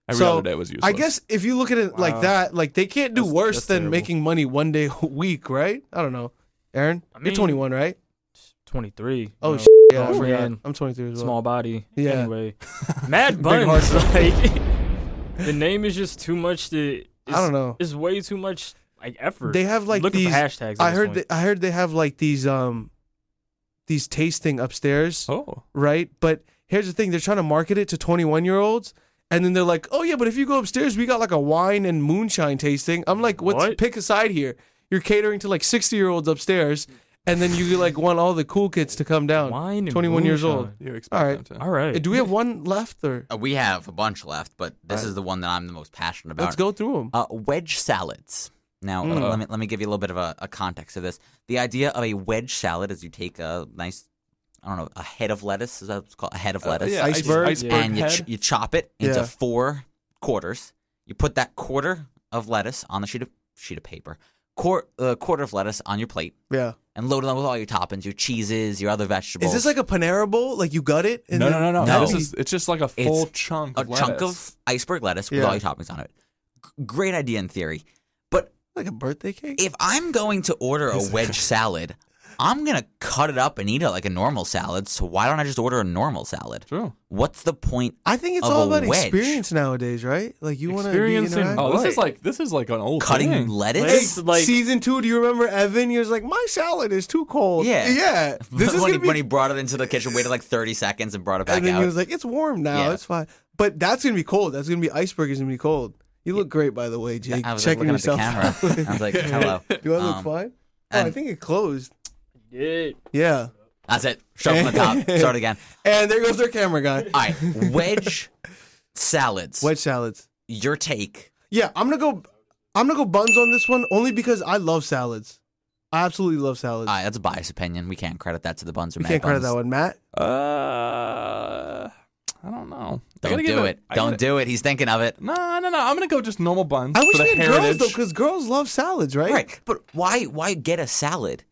Speaker 3: Every
Speaker 1: So,
Speaker 3: other day was useless.
Speaker 1: I guess if you look at it like
Speaker 4: Wow.
Speaker 1: that, like they can't do
Speaker 4: That's-
Speaker 1: worse
Speaker 4: that's
Speaker 1: than
Speaker 4: terrible.
Speaker 1: making money one day [LAUGHS] a week, right? I don't know. Aaron,
Speaker 4: I
Speaker 1: you're
Speaker 4: mean-
Speaker 1: 21, right?
Speaker 4: Twenty-three.
Speaker 1: Oh
Speaker 4: you know,
Speaker 1: shit, yeah, I
Speaker 4: Ooh.
Speaker 1: forgot.
Speaker 4: Man.
Speaker 1: I'm 23 as well.
Speaker 4: small body.
Speaker 1: Yeah. [LAUGHS]
Speaker 4: Anyway, Mad
Speaker 1: Big
Speaker 4: Buns. [LAUGHS]
Speaker 1: heart. [LAUGHS]
Speaker 4: like, the name is just too much. To
Speaker 1: I don't know.
Speaker 4: It's way too much like effort.
Speaker 1: They have like
Speaker 4: Look
Speaker 1: these.
Speaker 4: at the hashtags. at
Speaker 1: I
Speaker 4: this
Speaker 1: heard.
Speaker 4: point.
Speaker 1: They, I heard they have like these um, these tasting upstairs,
Speaker 3: Oh.
Speaker 1: right? But here's the thing: they're trying to market it to 21 year olds. And then they're like, "Oh yeah, but if you go upstairs, we got like a wine and moonshine tasting." I'm like, "What's
Speaker 4: What?
Speaker 1: pick a side here? You're catering to like 60 year olds upstairs, and then you like want all the cool kids to come down."
Speaker 4: Wine and
Speaker 1: 21 um, years old.
Speaker 4: moonshine.
Speaker 3: You expect
Speaker 1: All right.
Speaker 3: them to.
Speaker 4: All right.
Speaker 1: Uh, Do we have one left or
Speaker 2: Uh, we have a bunch left, but this is the one that I'm the most passionate about.
Speaker 1: let's go through them?
Speaker 2: Uh, wedge salads. Now, uh,
Speaker 1: Mm.
Speaker 2: let me let me give you a little bit of a, a context of this. The idea of a wedge salad is you take a nice I don't know, a head of lettuce. Is that what it's called? A head of
Speaker 3: Uh,
Speaker 2: lettuce.
Speaker 3: yeah,
Speaker 1: Ice- Iceberg.
Speaker 3: iceberg
Speaker 2: and you,
Speaker 3: head.
Speaker 2: ch- you chop it into
Speaker 1: Yeah.
Speaker 2: four quarters. You put that quarter of lettuce on the sheet of sheet of paper, Quar- uh, quarter of lettuce on your plate,
Speaker 1: Yeah.
Speaker 2: and load it up with all your toppings, your cheeses, your other
Speaker 1: Is
Speaker 2: vegetables.
Speaker 1: this like a Panera bowl? Like you gut it?
Speaker 3: no, no, no, no,
Speaker 2: No.
Speaker 3: This is it's just like a full
Speaker 2: It's
Speaker 3: chunk.
Speaker 2: a
Speaker 3: of
Speaker 2: chunk
Speaker 3: lettuce.
Speaker 2: of iceberg lettuce with
Speaker 1: Yeah.
Speaker 2: all your toppings on it? G- great idea in theory, but
Speaker 1: Like a birthday cake?
Speaker 2: if I'm going to order a
Speaker 3: Is
Speaker 1: [LAUGHS]
Speaker 3: it-
Speaker 2: wedge salad, I'm gonna cut it up and eat it like a normal salad. So why don't I just order a normal salad?
Speaker 3: True.
Speaker 2: What's the point?
Speaker 1: I think it's
Speaker 2: of
Speaker 1: all
Speaker 2: a
Speaker 1: about
Speaker 2: wedge.
Speaker 1: experience nowadays, right? Like you want to
Speaker 4: Experience
Speaker 1: be
Speaker 4: and-
Speaker 1: interactive.
Speaker 3: Oh, this is
Speaker 4: Right.
Speaker 3: like this is like an old
Speaker 2: Cutting
Speaker 3: thing.
Speaker 2: lettuce?
Speaker 4: Lettuce? like-
Speaker 1: season two. Do you remember Evan? He was like, "My salad is too cold."
Speaker 2: Yeah.
Speaker 1: yeah. This is
Speaker 2: [LAUGHS] when,
Speaker 1: gonna
Speaker 2: he,
Speaker 1: be.
Speaker 2: when he brought it into the kitchen, waited like 30 seconds and brought it back
Speaker 1: and then
Speaker 2: out.
Speaker 1: he was like, "It's warm now.
Speaker 2: Yeah.
Speaker 1: It's fine." But that's gonna be cold. That's gonna be iceberg. Is gonna be cold. You look great, by the way, Jake.
Speaker 2: I was
Speaker 1: Checking
Speaker 2: like,
Speaker 1: yourself.
Speaker 2: looking at the camera. I
Speaker 1: [LAUGHS]
Speaker 2: was like, hello.
Speaker 1: out. Do I look
Speaker 2: Um,
Speaker 1: fine? Oh, I
Speaker 2: and-
Speaker 1: think it closed.
Speaker 4: Yeah.
Speaker 1: Yeah.
Speaker 2: That's it. Shove from the top.
Speaker 1: [LAUGHS]
Speaker 2: Start again.
Speaker 1: And there goes their camera guy.
Speaker 2: All right. Wedge salads.
Speaker 1: Wedge salads.
Speaker 2: Your take.
Speaker 1: Yeah, I'm gonna go. I'm gonna go buns on this one only because I love salads. I absolutely love salads.
Speaker 2: All right. That's a biased opinion. We can't credit that to the buns or
Speaker 1: we
Speaker 2: mad
Speaker 1: can't credit
Speaker 2: buns.
Speaker 1: that one, Matt.
Speaker 3: Uh, I don't know. I
Speaker 2: Don't
Speaker 3: gotta give
Speaker 2: do it.
Speaker 3: I
Speaker 2: Don't
Speaker 3: gotta-
Speaker 2: do it. He's thinking of it.
Speaker 3: No, no, no. I'm gonna go just normal buns.
Speaker 1: I wish
Speaker 3: for
Speaker 1: we
Speaker 3: the
Speaker 1: had girls
Speaker 3: heritage.
Speaker 1: though, because girls love salads, right?
Speaker 2: Right. But why why get a salad?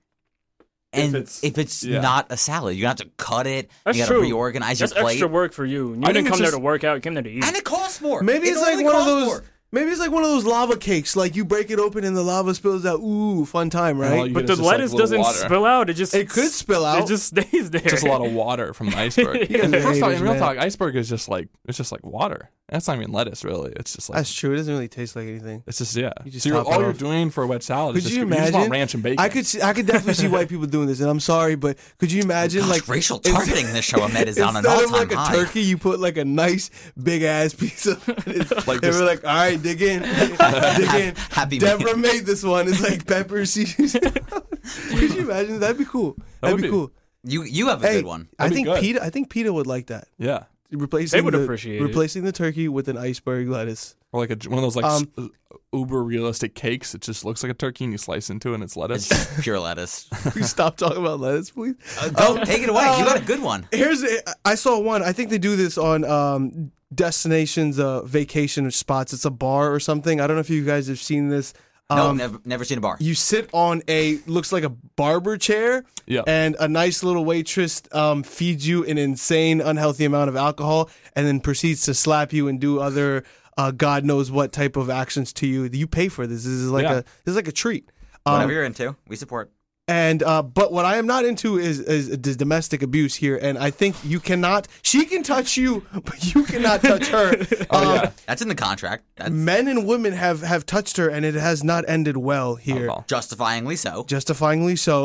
Speaker 3: If
Speaker 2: And if it's,
Speaker 3: it's- yeah.
Speaker 2: not a salad, you have to cut it.
Speaker 4: That's
Speaker 2: you got to
Speaker 4: true.
Speaker 2: reorganize
Speaker 4: That's
Speaker 2: your plate.
Speaker 4: extra work for you. You
Speaker 3: think
Speaker 4: didn't
Speaker 3: it's
Speaker 4: come there
Speaker 3: just-
Speaker 4: to work out. You came there to eat.
Speaker 2: And it costs more.
Speaker 1: Maybe
Speaker 2: It
Speaker 1: it's like
Speaker 2: only
Speaker 1: one of
Speaker 2: costs
Speaker 1: those.
Speaker 2: more.
Speaker 1: Maybe it's like one of those lava cakes. Like you break it open and the lava spills out. Ooh, fun time,
Speaker 3: And all
Speaker 1: right?
Speaker 3: you
Speaker 4: but
Speaker 3: get
Speaker 4: the
Speaker 3: is just, like,
Speaker 4: lettuce
Speaker 3: little
Speaker 4: doesn't
Speaker 3: water.
Speaker 4: spill out. It just
Speaker 1: It could spill out.
Speaker 4: It just [LAUGHS] stays there.
Speaker 3: Just a lot of water
Speaker 2: [LAUGHS]
Speaker 3: from the iceberg.
Speaker 4: You guys
Speaker 1: are
Speaker 3: First off,
Speaker 1: haters,
Speaker 3: in real
Speaker 1: man.
Speaker 3: talk, iceberg is just like it's just like water. That's not even lettuce, really. It's just like
Speaker 1: That's true. It doesn't really taste like anything.
Speaker 3: it's just yeah.
Speaker 1: You just
Speaker 3: so you're,
Speaker 1: top it
Speaker 3: all you're
Speaker 1: off.
Speaker 3: doing for a wet salad
Speaker 1: Could
Speaker 3: is just,
Speaker 1: you
Speaker 3: you just
Speaker 1: imagine?
Speaker 3: want ranch and bacon.
Speaker 1: I could, see, I could definitely see
Speaker 3: [LAUGHS]
Speaker 1: white people doing this, and I'm sorry, but could you imagine
Speaker 2: Oh Gosh,
Speaker 1: like
Speaker 2: racial
Speaker 1: ins-
Speaker 2: targeting in this show,
Speaker 1: [LAUGHS]
Speaker 2: Ahmed, is on an
Speaker 1: instead
Speaker 2: all
Speaker 1: of
Speaker 2: time
Speaker 1: like a
Speaker 2: high.
Speaker 1: turkey, you put like a nice big ass piece
Speaker 3: [LAUGHS]
Speaker 1: of it.
Speaker 3: Like
Speaker 1: and
Speaker 3: this-
Speaker 1: we're like, all right, dig in,
Speaker 2: [LAUGHS]
Speaker 1: dig in.
Speaker 2: Happy meal.
Speaker 1: Deborah made this one. It's like pepper seeds. [LAUGHS] could you imagine? That'd be cool. That'd
Speaker 3: would
Speaker 1: be
Speaker 3: be-
Speaker 1: cool.
Speaker 2: You you have a
Speaker 1: Hey, [LAUGHS]
Speaker 2: good one.
Speaker 1: I
Speaker 3: That'd be
Speaker 1: think
Speaker 3: good.
Speaker 1: Peter. I think Peter would like that.
Speaker 3: yeah,
Speaker 1: Replacing
Speaker 4: would
Speaker 1: the,
Speaker 4: appreciate it.
Speaker 1: replacing the turkey with an iceberg lettuce.
Speaker 3: or like a, one of those like
Speaker 1: Um,
Speaker 3: s- uber realistic cakes. It just looks like a turkey, and you slice into it, and it's
Speaker 2: It's
Speaker 3: lettuce.
Speaker 2: just pure lettuce.
Speaker 1: Can you stop talking about lettuce, please?
Speaker 2: Oh, take it away. You
Speaker 1: uh,
Speaker 2: got a good one.
Speaker 1: [LAUGHS] Here's a- I saw one. I think they do this on um, destinations, uh, vacation spots. It's a bar or something. I don't know if you guys have seen this.
Speaker 2: No,
Speaker 1: Um,
Speaker 2: never, never seen a bar.
Speaker 1: You sit on a looks like a barber chair,
Speaker 3: Yeah.
Speaker 1: and a nice little waitress um, feeds you an insane, unhealthy amount of alcohol, and then proceeds to slap you and do other uh, God knows what type of actions to you. You pay for this. This is like
Speaker 3: Yeah.
Speaker 1: a this is like a treat. Um,
Speaker 2: Whatever you're into, we support.
Speaker 1: And uh, but what I am not into is, is is domestic abuse here, and I think you cannot. She can touch you, but you cannot touch her.
Speaker 3: [LAUGHS] Oh,
Speaker 4: Oh,
Speaker 1: Um,
Speaker 2: That's in the contract. That's
Speaker 1: Men and women have have touched her, and it has not ended well here,
Speaker 3: all.
Speaker 2: justifyingly so.
Speaker 1: justifyingly so.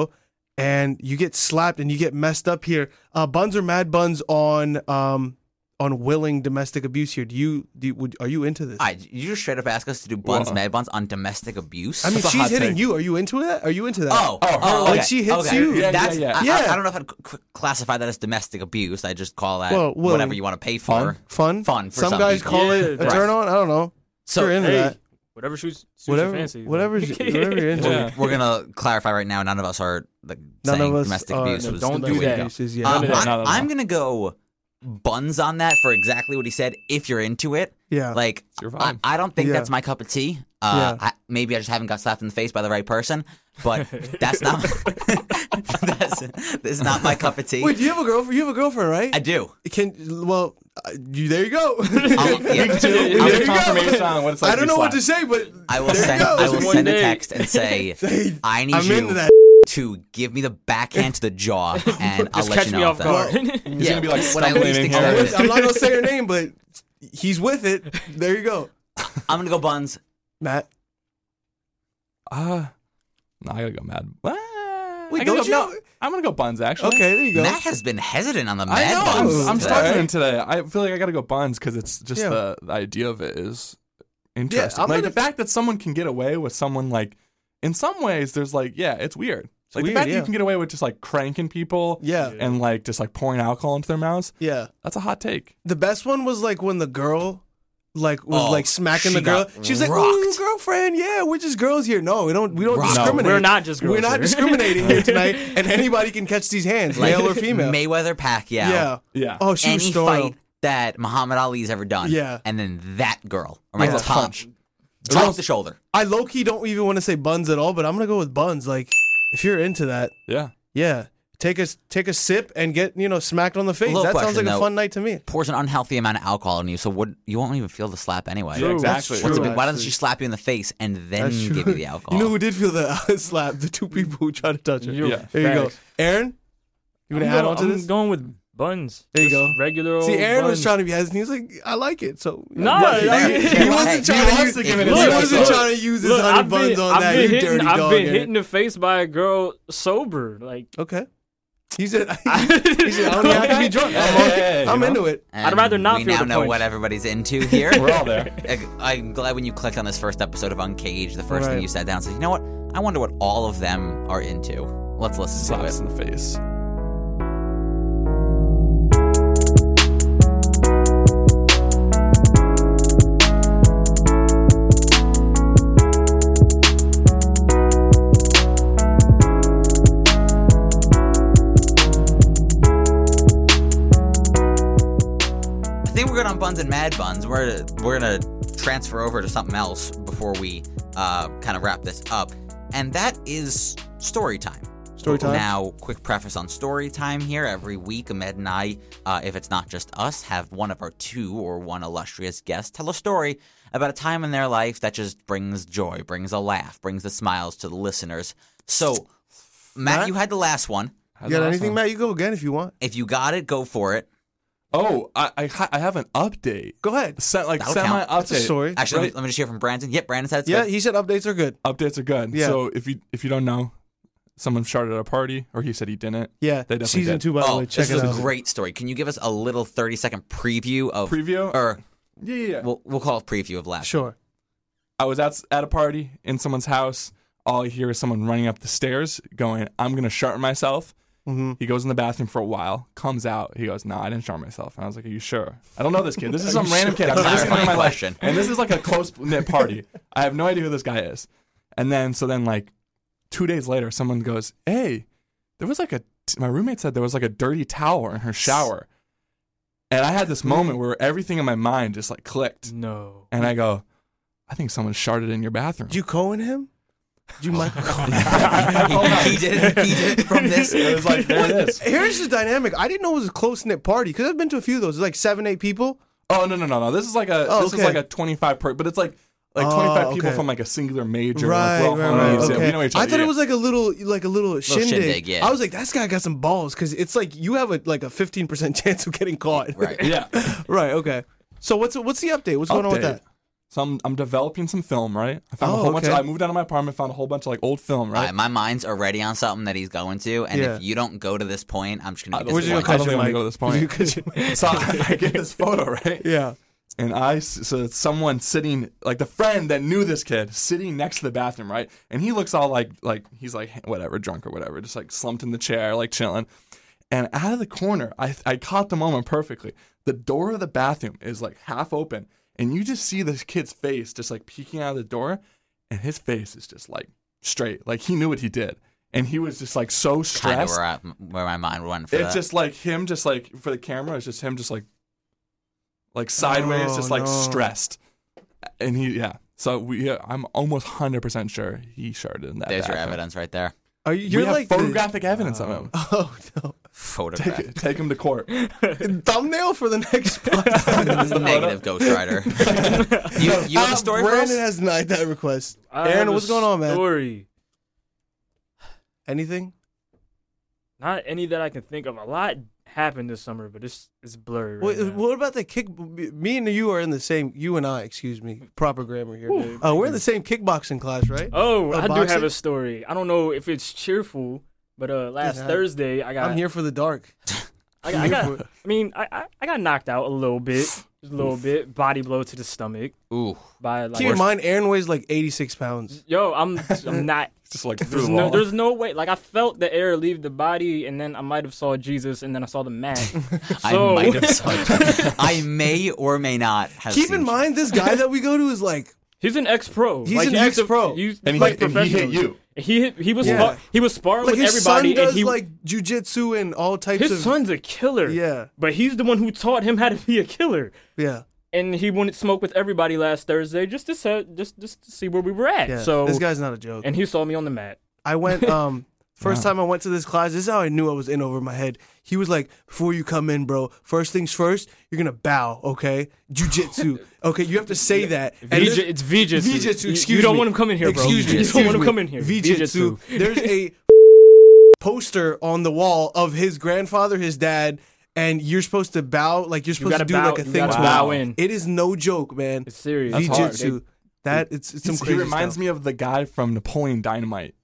Speaker 1: And you get slapped, and you get messed up here. Uh, buns are mad buns on um on willing domestic abuse here. Do you do you, would, are you into this?
Speaker 2: All right, you just straight up ask us to do buns,
Speaker 3: Whoa.
Speaker 2: mad buns on domestic abuse.
Speaker 1: I mean,
Speaker 3: That's a
Speaker 1: she's
Speaker 3: hot
Speaker 1: hitting
Speaker 3: take.
Speaker 1: you. Are you into that? Are you into that?
Speaker 2: oh, oh,
Speaker 1: like
Speaker 2: okay,
Speaker 1: she hits
Speaker 2: okay.
Speaker 1: you. Yeah,
Speaker 3: yeah,
Speaker 2: That's,
Speaker 3: yeah.
Speaker 2: I- I- I,
Speaker 1: Yeah.
Speaker 2: don't know if I'd c- c- classify that as domestic abuse. I just call that
Speaker 1: Well, well,
Speaker 2: whatever you want to pay for.
Speaker 1: fun,
Speaker 2: Fun for
Speaker 1: some,
Speaker 2: some
Speaker 1: guys
Speaker 2: people.
Speaker 1: call
Speaker 4: Yeah,
Speaker 1: it a
Speaker 4: that's-
Speaker 1: turn on. I don't know.
Speaker 2: So
Speaker 1: You're into
Speaker 4: Hey,
Speaker 1: that.
Speaker 4: whatever shoots, suits your
Speaker 1: whatever,
Speaker 4: fancy.
Speaker 1: whatever's, whatever
Speaker 4: [LAUGHS]
Speaker 1: you're into.
Speaker 3: Yeah.
Speaker 2: We're gonna clarify right now. None of us are like
Speaker 1: None
Speaker 2: saying
Speaker 1: of us
Speaker 2: domestic
Speaker 1: are-
Speaker 2: abuse.
Speaker 1: no,
Speaker 2: was
Speaker 4: don't
Speaker 2: the
Speaker 4: do
Speaker 2: way to
Speaker 4: that.
Speaker 2: go.
Speaker 1: This is- yeah.
Speaker 2: Uh,
Speaker 3: No, no, no,
Speaker 2: I-
Speaker 3: no, no, no.
Speaker 2: I'm gonna go buns on that for exactly what he said. If you're into it,
Speaker 1: Yeah.
Speaker 2: Like
Speaker 3: your
Speaker 2: I,
Speaker 3: vibe.
Speaker 2: I don't think
Speaker 1: Yeah.
Speaker 2: that's my cup of tea. Uh,
Speaker 1: Yeah.
Speaker 2: I, maybe I just haven't got slapped in the face by the right person, but
Speaker 1: [LAUGHS]
Speaker 2: that's not. [LAUGHS] that's that's not my cup of tea.
Speaker 1: Wait, do you have a girlfriend? You have a girlfriend, right?
Speaker 2: I do.
Speaker 1: Can well, uh, you there you go. [LAUGHS]
Speaker 2: I'll, yeah,
Speaker 3: I'll
Speaker 1: There
Speaker 3: get
Speaker 1: you go.
Speaker 3: confirmation on what it's like
Speaker 1: I
Speaker 3: to
Speaker 1: don't
Speaker 3: be
Speaker 1: know what
Speaker 3: slapped.
Speaker 1: to say, but
Speaker 2: I will
Speaker 1: there
Speaker 2: send.
Speaker 1: You go.
Speaker 2: I will
Speaker 4: one
Speaker 2: send a
Speaker 4: day.
Speaker 2: text and
Speaker 1: [LAUGHS]
Speaker 2: say, "I need
Speaker 1: I'm
Speaker 2: you
Speaker 1: into that.
Speaker 2: to give me the backhand to the
Speaker 1: [LAUGHS]
Speaker 2: jaw, and I'll
Speaker 4: Just
Speaker 2: let
Speaker 4: catch
Speaker 2: you
Speaker 4: me
Speaker 2: know."
Speaker 4: off
Speaker 2: if that-
Speaker 4: guard. [LAUGHS]
Speaker 3: He's
Speaker 2: Yeah,
Speaker 3: gonna be like
Speaker 2: when I
Speaker 3: stumbling
Speaker 2: least
Speaker 3: in
Speaker 2: expect
Speaker 3: here.
Speaker 1: [LAUGHS]
Speaker 2: it.
Speaker 1: I'm not gonna
Speaker 2: [LAUGHS]
Speaker 1: say her name, but he's with it. There you go,
Speaker 2: I'm gonna go buns.
Speaker 1: Matt.
Speaker 3: Uh, no, I gotta go mad. Ah,
Speaker 1: Wait,
Speaker 3: I gotta
Speaker 1: don't
Speaker 3: go-
Speaker 1: you?
Speaker 3: no, I'm gonna go buns actually.
Speaker 1: Okay, there you go.
Speaker 2: Matt has been hesitant on the mad
Speaker 3: I know.
Speaker 2: buns.
Speaker 3: I'm, I'm
Speaker 2: today.
Speaker 3: struggling today. I feel like I gotta go buns because it's just
Speaker 1: Yeah.
Speaker 3: the, the idea of it is interesting.
Speaker 1: I'm
Speaker 3: like
Speaker 1: gonna-
Speaker 3: the fact that someone can get away with someone like, in some ways, there's like, yeah, it's weird. Like
Speaker 1: weird,
Speaker 3: the fact that
Speaker 1: yeah.
Speaker 3: you can get away with just like cranking people,
Speaker 1: Yeah.
Speaker 3: and like just like pouring alcohol into their mouths.
Speaker 1: Yeah,
Speaker 3: That's a hot take.
Speaker 1: the best one was like when the girl like was
Speaker 2: Oh,
Speaker 1: like smacking the
Speaker 2: she
Speaker 1: girl.
Speaker 2: got
Speaker 1: She's like,
Speaker 2: rocked.
Speaker 1: "Mm, girlfriend, yeah, we're just girls here. No, we don't we don't
Speaker 4: [LAUGHS]
Speaker 2: Rocked. No,
Speaker 1: discriminate.
Speaker 4: we're not just girls
Speaker 1: We're not
Speaker 4: here.
Speaker 1: discriminating here
Speaker 2: [LAUGHS]
Speaker 1: tonight,
Speaker 4: [LAUGHS]
Speaker 1: and anybody can catch these hands, male or female.
Speaker 2: Mayweather Pacquiao.
Speaker 1: yeah,
Speaker 3: Yeah.
Speaker 1: Oh, she was
Speaker 2: any
Speaker 1: throwing.
Speaker 2: fight that Muhammad Ali's ever done.
Speaker 1: Yeah.
Speaker 2: And then that girl, or Michael
Speaker 1: Yeah.
Speaker 2: Tosh, dropped the shoulder.
Speaker 1: I low key don't even want to say buns at all, but I'm gonna go with buns. Like, if you're into that,
Speaker 3: Yeah.
Speaker 1: yeah, take a take a sip and get you know smacked on the face.
Speaker 2: Little
Speaker 1: That sounds
Speaker 2: question,
Speaker 1: like a
Speaker 2: though.
Speaker 1: fun night to me.
Speaker 2: Pours an unhealthy amount of alcohol in you, so what, you won't even feel the slap anyway.
Speaker 3: Yeah,
Speaker 1: That's
Speaker 3: exactly.
Speaker 1: true.
Speaker 2: What's the big- why doesn't
Speaker 1: actually.
Speaker 2: she slap you in the face and then
Speaker 1: That's true.
Speaker 2: give you the alcohol?
Speaker 1: You know who did feel the slap? The two people who tried to touch her.
Speaker 4: You're
Speaker 3: Yeah.
Speaker 1: There you go,
Speaker 4: facts.
Speaker 1: Aaron. You want to
Speaker 4: I'm
Speaker 1: add
Speaker 4: go-
Speaker 1: on to
Speaker 4: I'm
Speaker 1: this?
Speaker 4: going with buns.
Speaker 1: There you
Speaker 4: Just
Speaker 1: go.
Speaker 4: Regular old
Speaker 1: See, Aaron
Speaker 4: buns.
Speaker 1: was trying to be hesitant. He was like, "I like it." So
Speaker 4: No,
Speaker 1: Look,
Speaker 4: yeah,
Speaker 1: he, he
Speaker 4: yeah, yeah.
Speaker 1: wasn't
Speaker 2: Hey,
Speaker 1: trying
Speaker 2: he
Speaker 1: to
Speaker 2: wants
Speaker 1: use.
Speaker 2: to
Speaker 1: He
Speaker 2: give it a
Speaker 4: shot.
Speaker 1: wasn't
Speaker 4: Look,
Speaker 1: trying to use his
Speaker 4: Look,
Speaker 1: honey
Speaker 4: I've
Speaker 1: buns
Speaker 4: been,
Speaker 1: on
Speaker 4: I've
Speaker 1: that.
Speaker 4: been
Speaker 1: you
Speaker 4: hitting,
Speaker 1: dirty
Speaker 4: I've
Speaker 1: dog.
Speaker 4: been
Speaker 1: Aaron.
Speaker 4: hit in the face by a girl sober. Like [LAUGHS]
Speaker 1: Okay. He said, [LAUGHS] he said, I don't think I can be
Speaker 4: [LAUGHS]
Speaker 1: drunk. I'm,
Speaker 3: Hey,
Speaker 1: I'm
Speaker 3: you
Speaker 1: into it.
Speaker 2: And
Speaker 4: rather not
Speaker 2: We
Speaker 4: feel
Speaker 2: now
Speaker 4: the
Speaker 2: know
Speaker 4: punch.
Speaker 2: what everybody's into here.
Speaker 3: [LAUGHS] We're
Speaker 2: [LAUGHS]
Speaker 3: all there.
Speaker 2: I- I'm glad when you clicked on this first episode of Uncaged, the first
Speaker 1: Right.
Speaker 2: thing you sat down said, you know what? I wonder what all of them are into. Let's listen to
Speaker 3: Slaps
Speaker 2: it.
Speaker 3: in the face.
Speaker 2: I think we're good on buns and mad buns. We're we're gonna transfer over to something else before we uh, kind of wrap this up, and that is story time.
Speaker 1: Story time?
Speaker 2: Now, quick preface on story time here. Every week, Ahmed and I, uh, if it's not just us, have one of our two or one illustrious guest tell a story about a time in their life that just brings joy, brings a laugh, brings the smiles to the listeners. So, Matt,
Speaker 1: Matt?
Speaker 2: you had the last one.
Speaker 1: You got anything, Matt? You go again if you want.
Speaker 2: If you got it, go for it.
Speaker 3: Oh, I, I ha- I have an update.
Speaker 1: Go ahead.
Speaker 3: Se- like
Speaker 2: That'll
Speaker 3: semi
Speaker 2: count.
Speaker 3: update.
Speaker 1: That's a story.
Speaker 2: Actually, let, me,
Speaker 3: Right.
Speaker 2: let me just hear from Brandon. Yep, Brandon said it's
Speaker 1: Yeah,
Speaker 2: good.
Speaker 1: he said updates are good.
Speaker 3: Updates are good.
Speaker 1: Yeah.
Speaker 3: So if you if you don't know, someone started at a party, or he said he didn't.
Speaker 1: Yeah,
Speaker 3: They definitely
Speaker 1: season
Speaker 3: did.
Speaker 1: two by the
Speaker 2: Oh,
Speaker 1: way. Check
Speaker 2: this is
Speaker 1: it
Speaker 2: a
Speaker 1: out.
Speaker 2: great story. Can you give us a little 30 second preview of
Speaker 3: Preview.
Speaker 2: or
Speaker 3: yeah, yeah, yeah.
Speaker 2: we'll, we'll call it preview of last.
Speaker 1: Sure.
Speaker 3: I was at at a party in someone's house. All I hear is someone running up the stairs, going, "I'm gonna sharpen myself."
Speaker 1: Mm-hmm.
Speaker 3: He goes in the bathroom for a while, comes out. He goes, "No, I didn't sharpen myself." And I was like, "Are you sure? I don't know this kid. This [LAUGHS] is some random kid. I've never seen him in my
Speaker 2: Clarifying
Speaker 3: life."
Speaker 2: question.
Speaker 3: And this is like a close knit party. I have no idea who this guy is. And then so then like two days later, someone goes, "Hey, there was like a my roommate said there was like a dirty towel in her shower," and I had this moment where everything in my mind just like clicked,
Speaker 4: no.
Speaker 3: and I go, "I think someone sharted in your bathroom."
Speaker 1: Did you Cohen him? Did you
Speaker 4: [LAUGHS]
Speaker 1: Michael
Speaker 4: Oh,
Speaker 1: Cohen?
Speaker 2: [LAUGHS] he, he did it, he did it from this.
Speaker 3: it was like there it
Speaker 4: [LAUGHS]
Speaker 3: is.
Speaker 1: Here's the dynamic. I didn't know it was a close knit party because I've been to a few of those. It's like seven, eight people.
Speaker 3: Oh no no no no! This is like a
Speaker 1: Oh,
Speaker 3: this
Speaker 1: okay.
Speaker 3: is like a twenty five per, but it's like like
Speaker 1: Oh,
Speaker 3: twenty five people
Speaker 1: okay.
Speaker 3: from like a singular major.
Speaker 1: Right,
Speaker 3: like,
Speaker 1: right,
Speaker 3: we're all
Speaker 1: right.
Speaker 3: homies, yeah,
Speaker 1: Okay.
Speaker 3: we know each other.
Speaker 1: I thought
Speaker 3: yeah.
Speaker 1: it was like a little, like a little, shindig.
Speaker 2: shindig, yeah.
Speaker 1: I was like, that guy got some balls because it's like you have a like a fifteen percent [LAUGHS] chance of getting caught.
Speaker 2: Right.
Speaker 3: yeah.
Speaker 1: [LAUGHS] right. Okay. So what's what's the update? What's going on with
Speaker 3: Update.
Speaker 1: that?
Speaker 3: So I'm, I'm developing some film, right? I found
Speaker 1: Oh,
Speaker 3: a whole bunch.
Speaker 1: okay.
Speaker 3: I moved out of my apartment, found a whole bunch of like old film,
Speaker 2: All
Speaker 3: right?
Speaker 2: right, my mind's already on something that he's going to, and
Speaker 1: Yeah.
Speaker 2: if you don't go to this point, I'm just gonna be
Speaker 3: Uh, we're just gonna
Speaker 2: disappointed.
Speaker 3: cut- don't think I'm gonna
Speaker 1: Mike.
Speaker 3: go to this point.
Speaker 1: [LAUGHS] You cut [LAUGHS]
Speaker 3: so I, I get this photo, right?
Speaker 1: your- [LAUGHS] yeah.
Speaker 3: And I s- so it's someone sitting like the friend that knew this kid sitting next to the bathroom, right? And he looks all like like he's like whatever drunk or whatever, just like slumped in the chair, like chilling. And out of the corner, I I caught the moment perfectly. The door of the bathroom is like half open, and you just see this kid's face just like peeking out of the door, and his face is just like straight, like he knew what he did, and he was just like so
Speaker 2: Kind of
Speaker 3: stressed.
Speaker 2: where, I, where my mind went for
Speaker 3: It's
Speaker 2: that.
Speaker 3: just like him, just like for the camera, it's just him, just like, like sideways,
Speaker 1: Oh,
Speaker 3: just like
Speaker 1: no.
Speaker 3: stressed. And he, yeah. So we, yeah, I'm almost hundred percent sure he sharded in that.
Speaker 2: There's your
Speaker 3: bathroom.
Speaker 2: evidence right there.
Speaker 1: Are you? You're
Speaker 3: we have
Speaker 1: like the-
Speaker 3: photographic evidence of him.
Speaker 1: [LAUGHS] Oh no.
Speaker 2: Photograph. [LAUGHS]
Speaker 3: [LAUGHS] Take, take him
Speaker 1: [LAUGHS]
Speaker 3: to court.
Speaker 1: Thumbnail for the
Speaker 3: [LAUGHS]
Speaker 1: next podcast.
Speaker 2: Negative Ghost Rider.
Speaker 1: [LAUGHS]
Speaker 2: you, you have a story for us?
Speaker 1: Brandon has denied that request.
Speaker 4: I
Speaker 1: Aaron,
Speaker 4: have a
Speaker 1: what's going on, man?
Speaker 4: Story.
Speaker 1: Anything?
Speaker 4: Not any that I can think of. A lot happened this summer, but it's it's blurry. Right
Speaker 1: What,
Speaker 4: now.
Speaker 1: what about the kick? Me and you are in the same. You and I, excuse me, proper grammar here. Uh, we're in the same kickboxing class, right?
Speaker 4: Oh,
Speaker 1: Uh,
Speaker 4: I do have
Speaker 1: boxing?
Speaker 4: a story. I don't know if it's cheerful, but uh, last
Speaker 1: Dude, I-
Speaker 4: Thursday I got
Speaker 1: I'm here for the dark.
Speaker 4: I, I got. I mean, I, I I got knocked out a little bit. Just a little bit. Body blow to the stomach
Speaker 2: Ooh.
Speaker 4: by like.
Speaker 1: Keep in mind, Aaron weighs like 86 pounds.
Speaker 4: Yo, I'm I'm not.
Speaker 3: [LAUGHS] Just like through
Speaker 4: There's
Speaker 3: the
Speaker 4: no,
Speaker 3: wall.
Speaker 4: there's no way. Like I felt the air leave the body, and then I might have saw Jesus, and then I saw the man. so,
Speaker 2: I might have
Speaker 1: [LAUGHS]
Speaker 2: saw
Speaker 4: [LAUGHS]
Speaker 2: it. I may or may not have
Speaker 1: Keep
Speaker 2: seen
Speaker 1: in mind, this
Speaker 4: [LAUGHS]
Speaker 1: guy that we go to is like,
Speaker 4: He's an ex-pro.
Speaker 1: He's
Speaker 4: like,
Speaker 1: an
Speaker 4: he used to-
Speaker 1: ex-pro.
Speaker 4: he used-
Speaker 3: And he-
Speaker 4: like
Speaker 3: and he hit
Speaker 4: professionally.
Speaker 3: you.
Speaker 4: He hit- he was
Speaker 1: Yeah.
Speaker 4: spar- he was sparring
Speaker 1: like
Speaker 4: with
Speaker 1: his
Speaker 4: everybody,
Speaker 1: son does
Speaker 4: and he
Speaker 1: like jujitsu and all types
Speaker 4: his
Speaker 1: of.
Speaker 4: son's a killer.
Speaker 1: Yeah.
Speaker 4: but he's the one who taught him how to be a killer.
Speaker 1: yeah,
Speaker 4: And he wouldn't smoke with everybody last Thursday just to se- just just to see where we were at.
Speaker 1: yeah.
Speaker 4: so
Speaker 1: this guy's not a joke.
Speaker 4: and he saw me on the mat.
Speaker 1: I
Speaker 4: [LAUGHS]
Speaker 1: went um first time I went to this class, this is how I knew I was in over my head. He was like, Before you come in, bro, first things first, you're gonna bow, okay?
Speaker 4: [LAUGHS]
Speaker 1: Jujitsu. Okay, you have to say that. And
Speaker 4: Vij-
Speaker 1: there's-
Speaker 4: it's Vijitsu.
Speaker 1: Vijitsu,
Speaker 4: You-
Speaker 1: excuse
Speaker 4: You don't
Speaker 1: me.
Speaker 4: want him coming here, bro.
Speaker 1: Excuse me.
Speaker 4: You don't want
Speaker 1: excuse
Speaker 4: him
Speaker 1: me.
Speaker 4: coming here.
Speaker 1: Vijitsu. There's
Speaker 4: [LAUGHS]
Speaker 1: a poster on the wall of his grandfather, his dad, and you're supposed to bow like you're supposed
Speaker 4: gotta
Speaker 1: to do
Speaker 4: bow-
Speaker 1: like a
Speaker 4: you
Speaker 1: thing
Speaker 4: gotta
Speaker 1: to
Speaker 4: bow
Speaker 1: him.
Speaker 4: in.
Speaker 1: It is no joke, man.
Speaker 4: It's serious.
Speaker 3: That's hard.
Speaker 1: Vijitsu. That it's, it's some
Speaker 3: He's-
Speaker 1: crazy
Speaker 3: he reminds me of the guy from Napoleon Dynamite.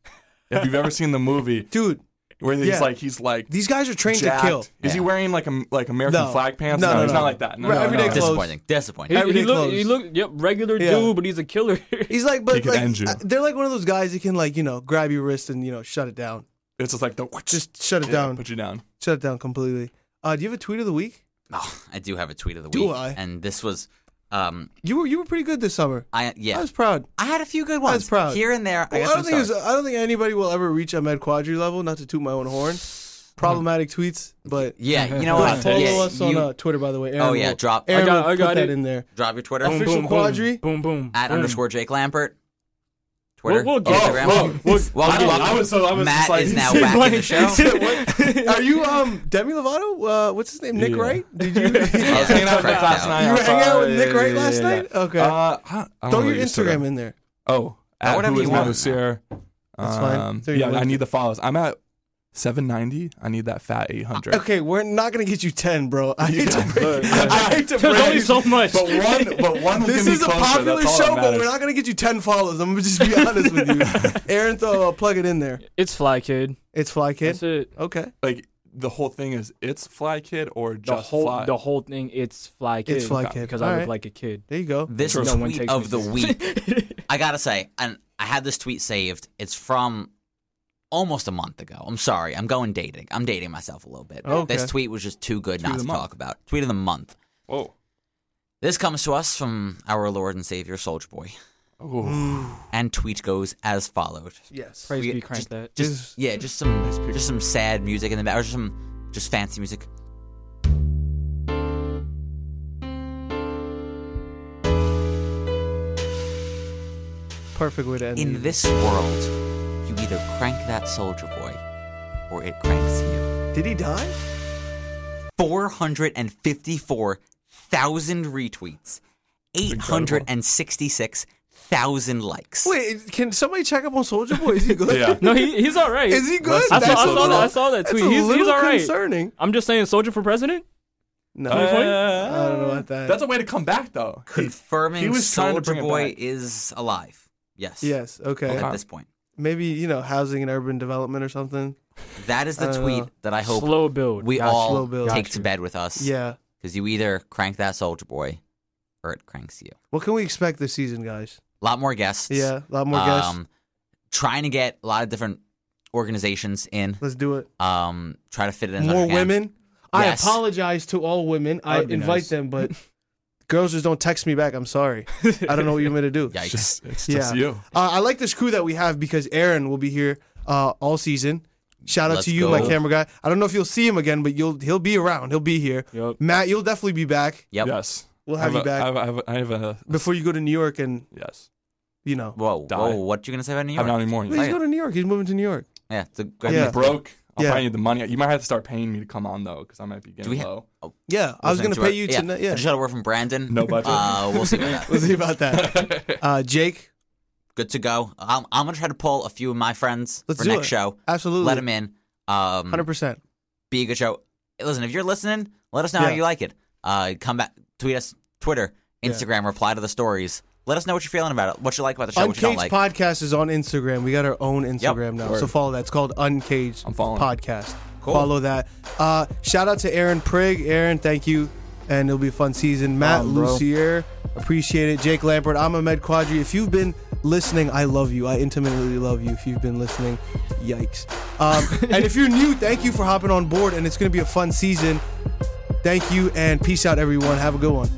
Speaker 3: If you've ever seen the movie
Speaker 1: Dude,
Speaker 3: where he's
Speaker 1: Yeah.
Speaker 3: like he's like
Speaker 1: these guys are trained
Speaker 3: jacked.
Speaker 1: to kill.
Speaker 3: Is he wearing like a like American
Speaker 1: No.
Speaker 3: flag pants?
Speaker 1: No, no,
Speaker 3: he's
Speaker 1: no.
Speaker 3: not like that. No,
Speaker 1: Right,
Speaker 3: no,
Speaker 1: everyday
Speaker 3: no.
Speaker 1: clothes.
Speaker 2: Oh. Disappointing. Disappointing.
Speaker 4: He,
Speaker 1: Everyday
Speaker 4: he looked,
Speaker 1: clothes.
Speaker 4: he looked, yep, regular
Speaker 1: Yeah.
Speaker 4: dude, but he's a killer. [LAUGHS]
Speaker 1: He's like, but
Speaker 3: could
Speaker 1: like,
Speaker 3: end you.
Speaker 1: uh, they're like one of those guys that can like, you know, grab your wrist and you know, shut it down.
Speaker 3: It's just like the [LAUGHS]
Speaker 1: Just shut it
Speaker 3: Yeah,
Speaker 1: down.
Speaker 3: Put you down.
Speaker 1: Shut it down completely. Uh, do you have a tweet of the week?
Speaker 2: Oh, I do have a tweet of the
Speaker 1: Do
Speaker 2: week.
Speaker 1: I?
Speaker 2: And this was, um,
Speaker 1: You were you were pretty good this summer.
Speaker 2: I yeah,
Speaker 1: I was proud.
Speaker 2: I had a few good
Speaker 1: was
Speaker 2: ones.
Speaker 1: proud.
Speaker 2: Here and there.
Speaker 1: Well, I,
Speaker 2: I, got some
Speaker 1: don't think it's,
Speaker 2: stars.
Speaker 3: uh,
Speaker 1: I don't think anybody will ever reach Ahmed Quadri level. Not to toot my own horn. Problematic tweets, but
Speaker 4: [LAUGHS]
Speaker 2: Yeah, you know
Speaker 1: Uh,
Speaker 2: what?
Speaker 1: [LAUGHS] follow
Speaker 2: yeah,
Speaker 1: us on
Speaker 2: you-
Speaker 1: uh, Twitter by the way. Aaron
Speaker 2: Oh, yeah,
Speaker 1: will-
Speaker 2: drop- I
Speaker 1: Aaron
Speaker 4: got-
Speaker 1: will
Speaker 4: I got
Speaker 1: put that
Speaker 4: it.
Speaker 1: in there.
Speaker 2: drop your Twitter
Speaker 1: Official
Speaker 4: boom, boom,
Speaker 1: Quadri. [LAUGHS]
Speaker 4: Boom, boom.
Speaker 2: at
Speaker 4: boom.
Speaker 2: underscore Jake Lampert. Twitter,
Speaker 4: We'll, we'll get
Speaker 3: Oh,
Speaker 2: Instagram.
Speaker 3: whoa, whoa.
Speaker 2: Well,
Speaker 3: I,
Speaker 2: you-
Speaker 3: was- I was so I was
Speaker 2: Matt
Speaker 3: just like
Speaker 2: is now
Speaker 3: [LAUGHS] he's
Speaker 2: back in the
Speaker 3: like-
Speaker 2: show.
Speaker 1: Are you um Demi Lovato? Uh, what's his name? Nick
Speaker 3: Yeah.
Speaker 1: Wright? Did you?
Speaker 3: I
Speaker 1: [LAUGHS]
Speaker 3: was hanging out with Nick
Speaker 2: Correct
Speaker 3: last
Speaker 2: now.
Speaker 3: night.
Speaker 1: You were
Speaker 3: I saw-
Speaker 1: hanging out with Nick
Speaker 3: yeah,
Speaker 1: Wright
Speaker 3: yeah,
Speaker 1: last
Speaker 3: yeah,
Speaker 1: night?
Speaker 3: yeah.
Speaker 1: Okay.
Speaker 3: Uh, I- I don't
Speaker 1: Throw
Speaker 3: know
Speaker 1: your
Speaker 3: what Twitter-
Speaker 1: Instagram in there.
Speaker 3: Oh, at
Speaker 2: whatever
Speaker 3: who
Speaker 2: you
Speaker 3: is
Speaker 2: want.
Speaker 3: Manu Sierra.
Speaker 1: That's fine.
Speaker 3: Um,
Speaker 1: Throw your
Speaker 3: yeah, I
Speaker 1: link.
Speaker 3: need the follows. I'm at 790. I need that fat 800. [LAUGHS]
Speaker 1: Okay, we're not gonna get you ten, bro. [LAUGHS] I hate to break.
Speaker 3: Look,
Speaker 1: I hate to
Speaker 4: There's only
Speaker 1: break.
Speaker 4: so much.
Speaker 3: But one, but
Speaker 1: [LAUGHS]
Speaker 3: one. will
Speaker 1: This
Speaker 3: get me
Speaker 1: is a
Speaker 3: closer,
Speaker 1: popular
Speaker 3: that's all that
Speaker 1: show, but we're
Speaker 3: matters.
Speaker 1: not gonna get you ten followers. I'm gonna just be [LAUGHS] honest with you. Aaron, throw uh, plug it in there.
Speaker 4: [LAUGHS] it's Fly Kid.
Speaker 1: It's Fly Kid.
Speaker 4: That's it.
Speaker 1: Okay,
Speaker 3: like the whole thing is it's Fly Kid or
Speaker 4: The
Speaker 3: just
Speaker 4: whole
Speaker 3: Fly.
Speaker 4: the whole thing. It's Fly Kid.
Speaker 1: it's Fly Kid.
Speaker 4: because
Speaker 1: All
Speaker 4: I look
Speaker 1: right,
Speaker 4: like a kid.
Speaker 1: There you go.
Speaker 2: This
Speaker 4: No one
Speaker 2: tweet
Speaker 4: takes me
Speaker 2: of the week.
Speaker 4: seriously.
Speaker 2: I gotta say, and I had this tweet saved. It's from almost a month ago. I'm sorry. I'm going dating. I'm dating myself a little bit.
Speaker 1: Okay.
Speaker 2: This tweet was just too good
Speaker 3: of
Speaker 2: not to
Speaker 3: the month.
Speaker 2: talk about. Tweet of the month.
Speaker 3: Whoa.
Speaker 2: This comes to us from our Lord and Savior Soldier Boy,
Speaker 1: Mm.
Speaker 3: Oh.
Speaker 4: Mm.
Speaker 2: and tweet goes as followed.
Speaker 1: Yes.
Speaker 4: [LAUGHS] Praise
Speaker 2: We-
Speaker 4: be crank that.
Speaker 2: Just yeah, just some just some sad music in the back, or just some just fancy music.
Speaker 1: Perfect way to end.
Speaker 2: In
Speaker 1: it.
Speaker 2: this world, you either crank that soldier boy, or it cranks you.
Speaker 1: Did he die?
Speaker 2: Four hundred and fifty-four thousand retweets, eight hundred and sixty-six thousand likes.
Speaker 1: Wait, can somebody check up on Soldier Boy? Is he good?
Speaker 3: Yeah.
Speaker 4: No, he, he's all right.
Speaker 1: Is he good?
Speaker 4: I saw,
Speaker 1: That's
Speaker 4: I
Speaker 1: a
Speaker 4: saw that. I
Speaker 1: little-
Speaker 4: saw that
Speaker 1: That's
Speaker 4: tweet.
Speaker 1: a
Speaker 4: He's,
Speaker 1: little
Speaker 4: he's all right.
Speaker 1: concerning.
Speaker 4: I'm just saying, soldier for president.
Speaker 1: No.
Speaker 3: Uh, I
Speaker 1: don't know about that.
Speaker 3: That's a way to come back though. He-
Speaker 2: Confirming
Speaker 3: he was trying to
Speaker 2: soldier
Speaker 3: bring it
Speaker 2: boy
Speaker 3: back.
Speaker 2: is alive. Yes.
Speaker 1: yes. Okay.
Speaker 2: At this point,
Speaker 1: Maybe you know housing and urban development or something.
Speaker 2: that is the
Speaker 1: I don't
Speaker 2: tweet
Speaker 1: know.
Speaker 2: that I hope
Speaker 4: Slow build.
Speaker 2: we
Speaker 1: Got you.
Speaker 2: all
Speaker 1: Slow build.
Speaker 2: take
Speaker 1: Got
Speaker 2: to
Speaker 1: you.
Speaker 2: bed with us.
Speaker 1: Yeah.
Speaker 2: Because you either crank that soldier boy, or it cranks you.
Speaker 1: What can we expect this season, guys?
Speaker 2: A lot more guests.
Speaker 1: Yeah, a lot more guests.
Speaker 2: Um, trying to get a lot of different organizations in.
Speaker 1: Let's do it.
Speaker 2: Um, try to fit it in. as much
Speaker 1: More
Speaker 2: as I can.
Speaker 1: women. I
Speaker 2: Yes.
Speaker 1: apologize to all women. I
Speaker 4: That'd be
Speaker 1: invite
Speaker 4: nice.
Speaker 1: them, but girls just don't text me back. I'm sorry. I don't know what you meant to do.
Speaker 2: Yikes.
Speaker 3: It's just, it's
Speaker 1: Yeah.
Speaker 3: just you.
Speaker 1: Uh, I like this crew that we have because Aaron will be here uh, all season. Shout out
Speaker 2: Let's
Speaker 1: to you, my
Speaker 2: go.
Speaker 1: camera guy. I don't know if you'll see him again, but you'll he'll be around. He'll be here.
Speaker 4: Yup.
Speaker 1: Matt, you'll definitely be back.
Speaker 2: Yep.
Speaker 3: Yes.
Speaker 1: We'll
Speaker 3: I
Speaker 1: have,
Speaker 3: a-
Speaker 1: you back
Speaker 3: I have, I have, I have a
Speaker 1: before you go to New York, and
Speaker 3: yes.
Speaker 1: you know,
Speaker 2: Whoa,
Speaker 3: Die.
Speaker 2: whoa, what you gonna say about New York?
Speaker 3: I'm not anymore.
Speaker 1: he's going to New York. He's moving to New York.
Speaker 2: yeah, it's a great
Speaker 3: I'm
Speaker 1: Yeah.
Speaker 3: broke. I'll
Speaker 1: Yeah.
Speaker 3: probably need the money. You might have to start paying me to come on though, because I might be
Speaker 2: Do
Speaker 3: getting
Speaker 2: we have-
Speaker 3: low.
Speaker 1: Yeah, I was
Speaker 2: listening
Speaker 1: going to pay you
Speaker 2: yeah.
Speaker 1: tonight.
Speaker 2: I
Speaker 1: Yeah,
Speaker 2: [LAUGHS] just got a word from Brandon.
Speaker 3: No budget.
Speaker 2: Uh, we'll see [LAUGHS] about that.
Speaker 1: we'll see about
Speaker 3: [LAUGHS]
Speaker 1: that. Uh, Jake,
Speaker 2: Good to go. I'm, I'm gonna try to pull a few of my friends
Speaker 1: Let's
Speaker 2: for
Speaker 1: do
Speaker 2: next
Speaker 1: it.
Speaker 2: show.
Speaker 1: absolutely,
Speaker 2: Let them in. Um,
Speaker 1: hundred percent.
Speaker 2: be a good show. Hey, Listen, if you're listening, let us know how
Speaker 1: Yeah.
Speaker 2: you like it. Uh, come back, tweet us, Twitter, Instagram, reply to the stories. Let us know what you're feeling about it, what you like about the show, what you don't
Speaker 1: Uncaged
Speaker 2: like.
Speaker 1: Podcast is on Instagram. We got our own Instagram now, so
Speaker 3: Word.
Speaker 1: follow that. It's called Uncaged
Speaker 3: I'm following.
Speaker 1: Podcast. Follow that. Uh, shout out to Aaron Prigg. Aaron, thank you and it'll be a fun season. Matt
Speaker 2: on, bro.
Speaker 1: Lucier, appreciate it. Jake Lampert, I'm Ahmed Quadri. If you've been listening, I love you. I intimately love you. If you've been listening, yikes.
Speaker 2: [LAUGHS]
Speaker 1: Um, and if you're new, thank you for hopping on board, and it's going to be a fun season. Thank you, and peace out, everyone. Have a good one.